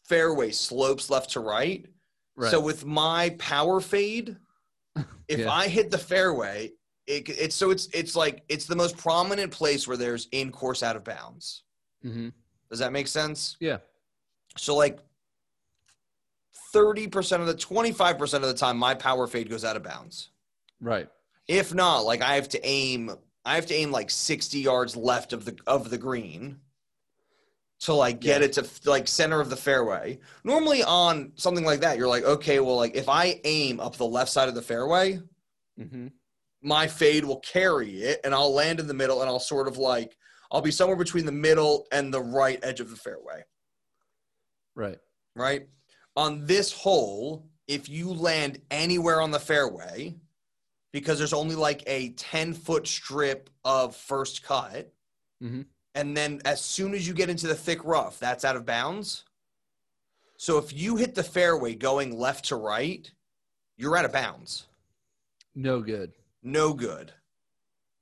S1: fairway slopes left to right.
S2: Right.
S1: So with my power fade, if
S2: Yeah.
S1: I hit the fairway, it, it's so it's it's like it's the most prominent place where there's in course out of bounds.
S2: Mhm.
S1: Does that make sense?
S2: Yeah.
S1: So like 30% of the 25% of the time my power fade goes out of bounds.
S2: Right.
S1: If not, like I have to aim I have to aim like 60 yards left of the of the green to like get
S2: Yeah.
S1: it to f- like center of the fairway. Normally on something like that you're like okay, well like if I aim up the left side of the fairway,
S2: Mm-hmm.
S1: my fade will carry it and I'll land in the middle and I'll sort of like I'll be somewhere between the middle and the right edge of the fairway,
S2: Right.
S1: right? On this hole, if you land anywhere on the fairway, because there's only like a 10 foot strip of first cut,
S2: Mhm.
S1: and then as soon as you get into the thick rough, that's out of bounds. So if you hit the fairway going left to right, you're out of bounds.
S2: No good.
S1: no good.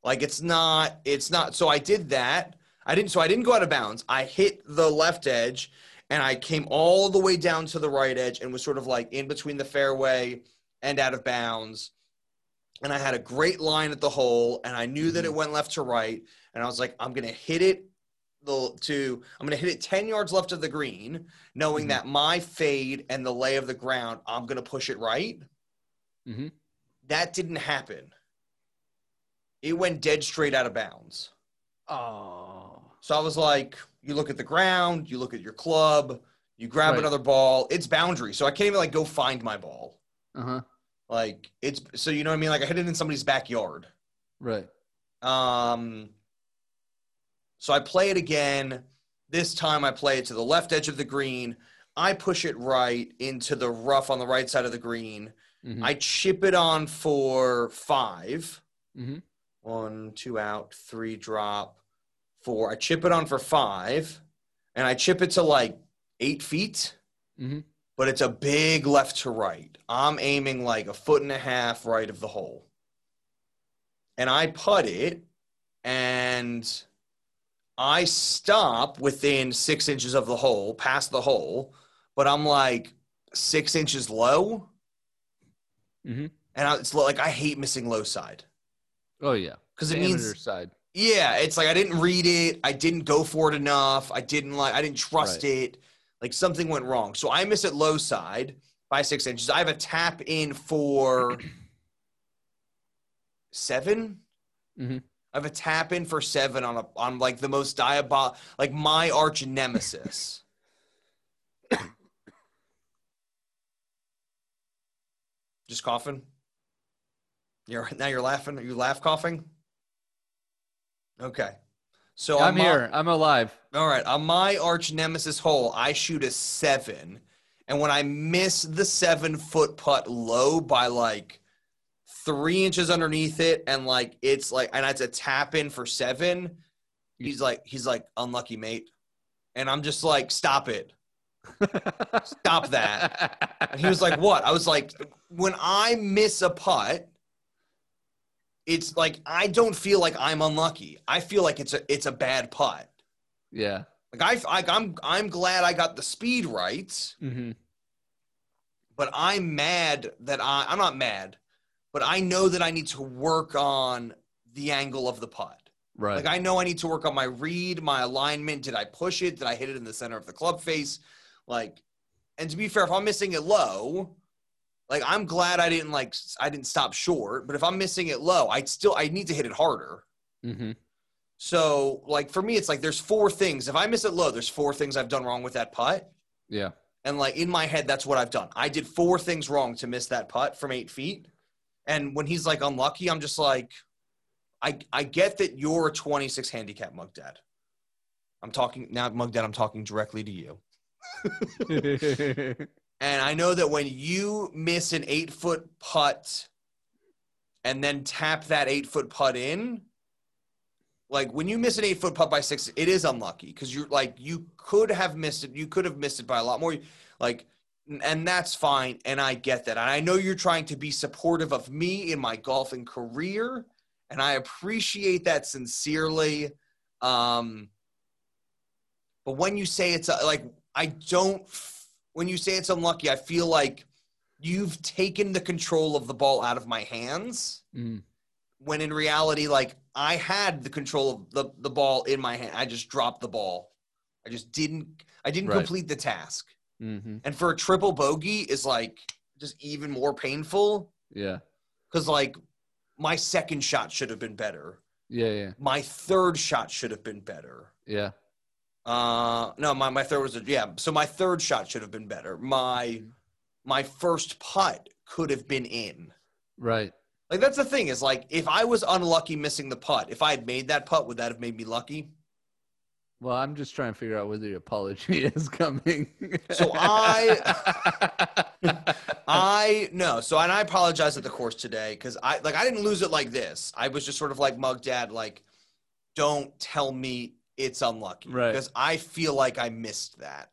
S1: Like it's not, it's not. So I did that. I didn't, so I didn't go out of bounds. I hit the left edge and I came all the way down to the right edge and was sort of like in between the fairway and out of bounds. And I had a great line at the hole and I knew that it went left to right. And I was like, I'm going to hit it the, to, I'm going to hit it 10 yards left of the green, knowing
S2: Mhm.
S1: that my fade and the lay of the ground, I'm going to push it right
S2: Mm-hmm.
S1: that didn't happen. It went dead straight out of bounds.
S2: Oh.
S1: So I was like, you look at the ground, you look at your club, you grab
S2: Right.
S1: another ball, it's boundary. So I can't even like go find my ball.
S2: Uh huh.
S1: Like it's so you know what I mean? Like I hit it in somebody's backyard.
S2: Right.
S1: Um so I play it again. This time I play it to the left edge of the green. I push it right into the rough on the right side of the green.
S2: Mhm.
S1: I chip it on for five.
S2: Mhm.
S1: One, two out, three drop, four. I chip it on for five, and I chip it to like eight feet,
S2: Mhm.
S1: but it's a big left to right. I'm aiming like a foot and a half right of the hole. And I putt it, and I stop within six inches of the hole, past the hole, but I'm like six inches low.
S2: Mhm.
S1: And I, it's like I hate missing low side
S2: Oh yeah.
S1: because
S2: The
S1: it
S2: amateur
S1: means
S2: side.
S1: yeah, it's like I didn't read it. I didn't go for it enough. I didn't like. I didn't trust
S2: Right.
S1: it. Like something went wrong. So I miss it low side by six inches. I have a tap in for seven.
S2: Mhm.
S1: I have a tap in for seven on a on like the most diabol like my arch nemesis. Just coughing. You're now you're laughing. Are you laugh coughing? Okay. So uh,
S2: I'm
S1: on my-
S2: here. I'm alive.
S1: all right, on my arch nemesis hole, I shoot a seven, and when I miss the seven foot putt low by like three inches underneath it, and like it's like, and it's a tap in for seven. He's like, he's like, unlucky mate, and I'm just like, stop it, stop that. And he was like, "What?" I was like, "When I miss a putt, it's like I don't feel like I'm unlucky. I feel like it's a it's a bad putt."
S2: "Yeah."
S1: Like I, I I'm I'm glad I got the speed right,
S2: hmm
S1: but I'm mad that I I'm not mad, but I know that I need to work on the angle of the putt.
S2: Right.
S1: Like I know I need to work on my read, my alignment. Did I push it? Did I hit it in the center of the club face? Like, and to be fair, if I'm missing it low, like I'm glad I didn't like s- I didn't stop short. But if I'm missing it low, I still I need to hit it harder.
S2: hmm
S1: So like for me, it's like there's four things. If I miss it low, there's four things I've done wrong with that putt.
S2: Yeah.
S1: And like in my head, that's what I've done. I did four things wrong to miss that putt from eight feet. And when he's like unlucky, I'm just like, I I get that you're a 26 handicap mug dad. I'm talking now, mug dad. I'm talking directly to you.
S2: Mm-hmm.
S1: And I know that when you miss an eight foot putt and then tap that eight foot putt in, like when you miss an eight foot putt by six, it is unlucky because you're like, you could have missed it. You could have missed it by a lot more. Like, and that's fine. And I get that. And I know you're trying to be supportive of me in my golfing career. And I appreciate that sincerely. Um, but when you say it's uh, like, I don't. f- When you say it's unlucky, I feel like you've taken the control of the ball out of my hands.
S2: Mm.
S1: When in reality, like I had the control of the the ball in my hand. I just dropped the ball. I just didn't. I didn't
S2: Right.
S1: complete the task.
S2: Mm-hmm.
S1: And for a triple bogey is like just even more painful
S2: Yeah.
S1: because like my second shot should have been better.
S2: Yeah. Yeah.
S1: My third shot should have been better.
S2: Yeah.
S1: Uh, no, my, my third was a, yeah. So my third shot should have been better. My my first putt could have been in.
S2: Right.
S1: Like that's the thing is like if I was unlucky missing the putt, if I had made that putt, would that have made me lucky?
S2: Well, I'm just trying to figure out whether the apology is coming.
S1: So I no. So and I apologize at the course today because I like I didn't lose it like this. I was just sort of like mug dad, like, don't tell me it's unlucky.
S2: Right.
S1: Because I feel like I missed that.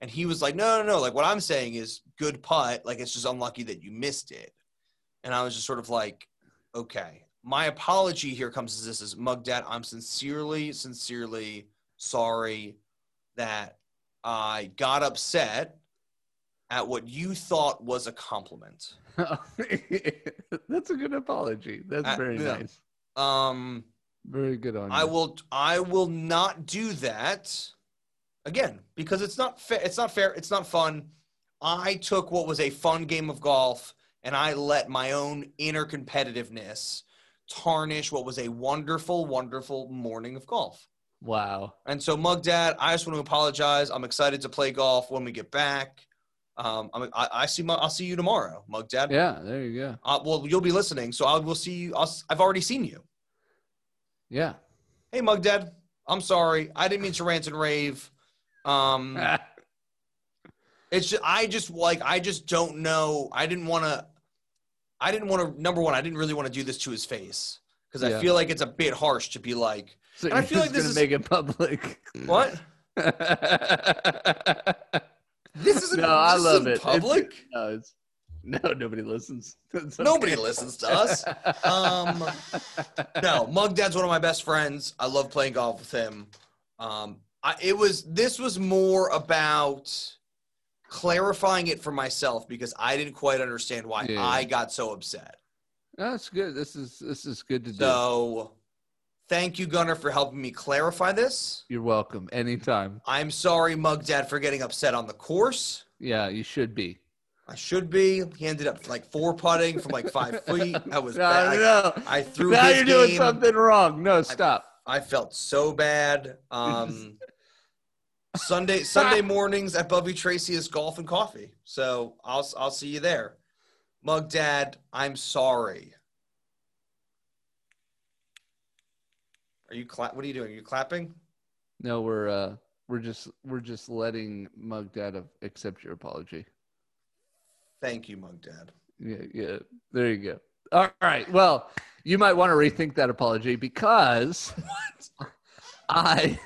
S1: And he was like, No, no, no. Like what I'm saying is good putt. Like it's just unlucky that you missed it. And I was just sort of like, Okay. My apology here comes as this is mug dad, I'm sincerely, sincerely sorry that I got upset at what you thought was a compliment.
S2: That's a good apology. That's
S1: Uh,
S2: very
S1: yeah.
S2: nice.
S1: Um,
S2: Very good on
S1: I
S2: you.
S1: will I will not do that again because it's not fair. It's not fair. It's not fun. I took what was a fun game of golf and I let my own inner competitiveness tarnish what was a wonderful, wonderful morning of golf.
S2: Wow.
S1: And so, Mug Dad, I just want to apologize. I'm excited to play golf when we get back. Um, I'm, I, I see. My, I'll see you tomorrow, Mug Dad.
S2: Yeah. There you go.
S1: Uh, well, you'll be listening, so I will see you. I'll, s- I've already seen you.
S2: Yeah.
S1: Hey, Mug Dad. I'm sorry. I didn't mean to rant and rave. Um, it's just, I just like I just don't know. I didn't want to. I didn't want to. Number one, I didn't really want to do this to his face because I
S2: Yeah.
S1: feel like it's a bit harsh to be like,
S2: so
S1: I
S2: you're
S1: feel like this
S2: just gonna
S1: is-
S2: make it public.
S1: "What? This isn't.
S2: no, I
S1: this
S2: love
S1: isn't
S2: it. It's-
S1: Public?
S2: no, it's- no, nobody listens. That's
S1: Nobody
S2: okay.
S1: listens to us." Um, no, Mug Dad's one of my best friends. I love playing golf with him. Um, I, it was this was more about clarifying it for myself because I didn't quite understand why
S2: Yeah.
S1: I got so upset.
S2: that's good. This is this is good to do.
S1: So, thank you, Gunnar, for helping me clarify this.
S2: You're welcome. Anytime.
S1: I'm sorry, Mug Dad, for getting upset on the course.
S2: Yeah, you should be.
S1: I should be. He ended up like four putting from like five feet. That was bad. I-
S2: no, no.
S1: I threw
S2: now
S1: his
S2: you're doing
S1: game.
S2: something wrong. No, stop.
S1: I felt so bad. Um, Sunday Sunday mornings at Bubby Tracy is golf and coffee. So I'll I'll see you there. Mug Dad, I'm sorry. Are you clap? What are you doing? Are you clapping?
S2: No, we're uh, we're just we're just letting Mug Dad of- accept your apology.
S1: Thank you, Mug Dad.
S2: Yeah, yeah. There you go. All right. Well, you might want to rethink that apology because I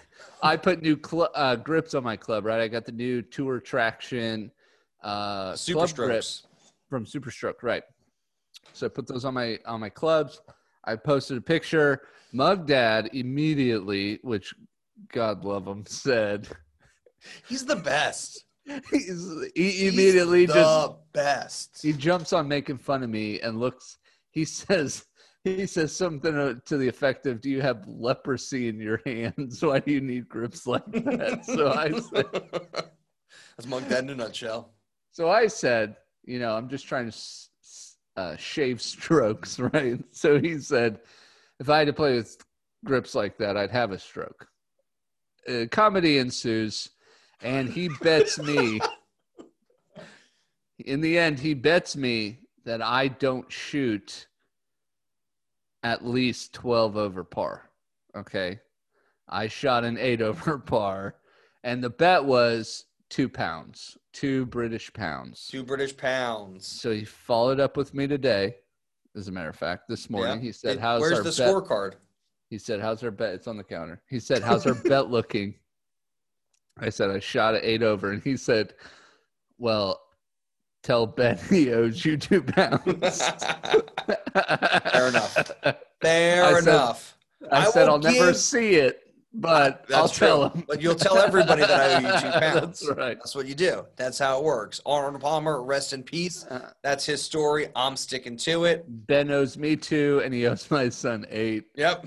S2: I put new cl- uh, grips on my club. Right, I got the new Tour Traction uh,
S1: Super
S2: club grip
S1: strokes.
S2: from Superstroke, right? So I put those on my on my clubs. I posted a picture. Mug Dad immediately, which God love him, said
S1: He's the best.
S2: he's, he
S1: He's
S2: immediately
S1: the
S2: just
S1: best.
S2: he jumps on making fun of me and looks he says he says something to the effect of do you have leprosy in your hands why do you need grips like that so i said,
S1: That's Mug Dad in a nutshell.
S2: so i said you know i'm just trying to s- s- uh, shave strokes right so he said if i had to play with grips like that i'd have a stroke uh, comedy ensues and he bets me in the end he bets me that i don't shoot at least 12 over par okay i shot an 8 over par and the bet was two pounds two british pounds
S1: Two British pounds.
S2: so he followed up with me today as a matter of fact this morning
S1: Yeah.
S2: he said
S1: It-
S2: how's
S1: Where's
S2: our
S1: the
S2: bet
S1: scorecard?
S2: he said, "How's our bet?" It's on the counter. He said, "How's our bet looking?" I said, "I shot at eight over," and he said, "Well, tell Ben he owes you two pounds." Fair
S1: enough.
S2: I
S1: Fair
S2: said-
S1: enough.
S2: I,
S1: I
S2: said,
S1: will
S2: "I'll never
S1: give-
S2: see it, but
S1: That's
S2: I'll
S1: true.
S2: tell him."
S1: But you'll tell everybody that I owe you two pounds.
S2: That's right.
S1: That's what you do. That's how it works. Arnold Palmer, rest in peace.
S2: Uh,
S1: That's his story. I'm sticking to it.
S2: ben owes me two, and he owes my son eight.
S1: Yep.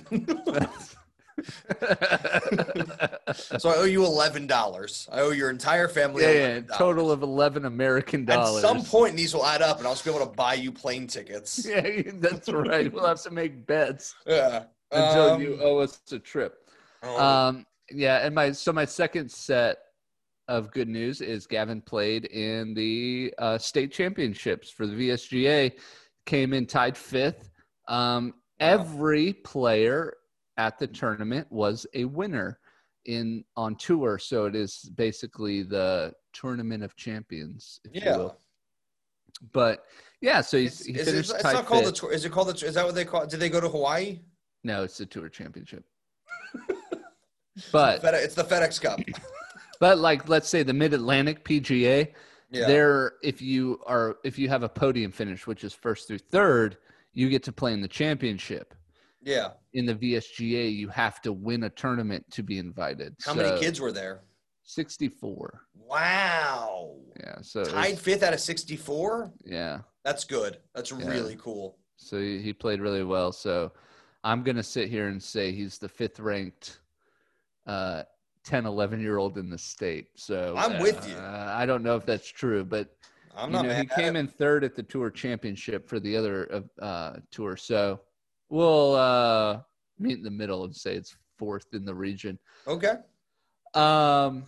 S1: So I owe you eleven dollars. I owe your entire family.
S2: yeah, yeah,
S1: $11.
S2: total of eleven American
S1: At
S2: dollars.
S1: some point, these will add up, and I'll just be able to buy you plane tickets.
S2: yeah, that's right. We'll have to make bets
S1: Yeah.
S2: until
S1: Um,
S2: you uh, owe us a trip.
S1: oh,
S2: Um, yeah, and my so my second set of good news is Gavin played in the uh, state championships for the VSGA, came in tied fifth. Um, Every player at the tournament was a winner in on tour, so it is basically the tournament of champions. If
S1: Yeah.
S2: You will. But yeah, so he's,
S1: it's,
S2: he
S1: is it-
S2: finished
S1: it's
S2: tied
S1: not called the
S2: fifth.
S1: tour. Is it called the? tour- Is that what they call? it? Did they go to Hawaii?
S2: no, it's the tour championship. but
S1: Fed- It's the FedEx Cup.
S2: but like let's say the Mid Atlantic PGA,
S1: Yeah.
S2: there if you are if you have a podium finish, which is first through third, you get to play in the championship.
S1: yeah.
S2: In the VSGA, you have to win a tournament to be invited.
S1: How
S2: So,
S1: many kids were there?
S2: Sixty-four.
S1: Wow.
S2: Yeah. So it was-
S1: Tied fifth out of 64?
S2: yeah.
S1: That's good. That's
S2: Yeah.
S1: really cool.
S2: So he he played really well. So I'm gonna sit here and say he's the fifth ranked uh 10 11 year old in the state so
S1: I'm with you.
S2: uh, i don't know if that's true but
S1: I'm
S2: you
S1: not
S2: know,
S1: mad.
S2: he came in third at the tour championship for the other uh, uh, tour. So we'll uh, meet in the middle and say it's fourth in the region.
S1: Okay.
S2: Um,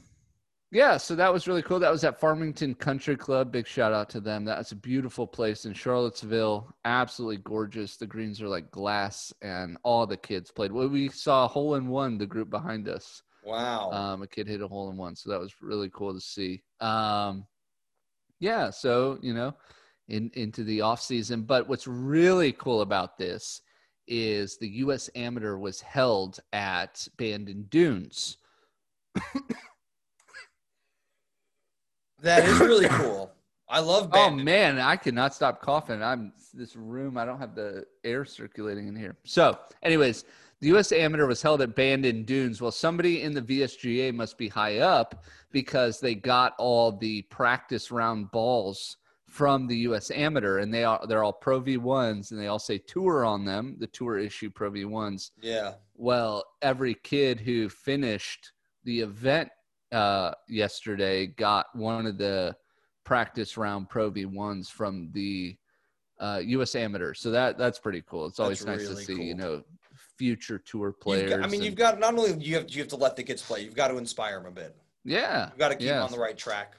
S2: yeah, so that was really cool. That was at Farmington Country Club. Big shout out to them. That's a beautiful place in Charlottesville. Absolutely gorgeous. The greens are like glass, and all the kids played. Well, we saw a hole in one. The group behind us.
S1: Wow.
S2: Um, a kid hit a hole in one, so that was really cool to see. Um, yeah, so you know, in into the off season. But what's really cool about this is the U.S. Amateur was held at Bandon Dunes.
S1: that is really cool. I love
S2: Oh
S1: band.
S2: man, I cannot stop coughing. I'm this room. I don't have the air circulating in here. So, anyways, the U.S. Amateur was held at Bandon Dunes. Well, somebody in the VSGA must be high up because they got all the practice round balls from the U.S. Amateur, and they are they're all Pro V ones, and they all say tour on them. The tour issue Pro V ones.
S1: yeah.
S2: Well, every kid who finished the event uh, yesterday got one of the practice round Pro V ones from the uh, U.S. Amateur. So that that's pretty cool. It's always nice
S1: really
S2: to see you
S1: cool.
S2: know future tour
S1: You've
S2: players.
S1: got, I mean,
S2: and-
S1: you've got not only you have you have to let the kids play. You've got to inspire them a bit.
S2: yeah,
S1: You've got to keep
S2: yeah.
S1: them on the right track.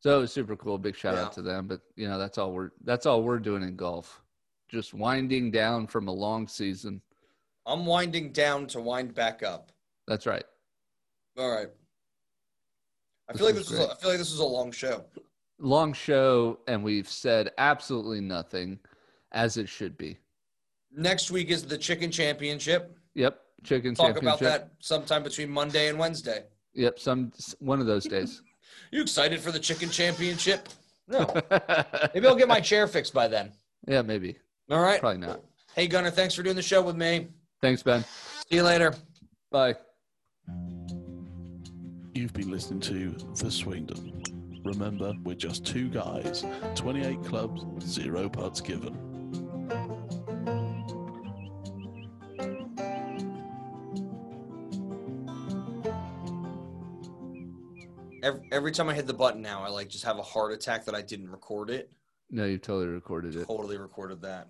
S2: so it was super cool. Big shout
S1: Yeah.
S2: out to them. But you know that's all we're that's all we're doing in golf. Just winding down from a long season.
S1: I'm winding down to wind back up.
S2: That's right.
S1: All right. I
S2: This
S1: feel like
S2: was
S1: this was a, I
S2: great.
S1: feel like this was a long show.
S2: long show and we've said absolutely nothing as it should be.
S1: Next week is the chicken championship.
S2: Yep, chicken
S1: Talk
S2: championship.
S1: about that sometime between Monday and Wednesday.
S2: Yep, some s- one of those days.
S1: You excited for the chicken championship? No. Maybe I'll get my chair fixed by then.
S2: yeah, maybe.
S1: All right.
S2: Probably not.
S1: Hey, Gunnar, thanks for doing the show with me.
S2: Thanks, Ben.
S1: See you later.
S2: Bye.
S3: You've been listening to The Swingdom. Remember, we're just two guys, 28 clubs, zero putts given.
S1: Every, every time I hit the button now, I like just have a heart attack that I didn't record it.
S2: No, you totally recorded it.
S1: Totally recorded that.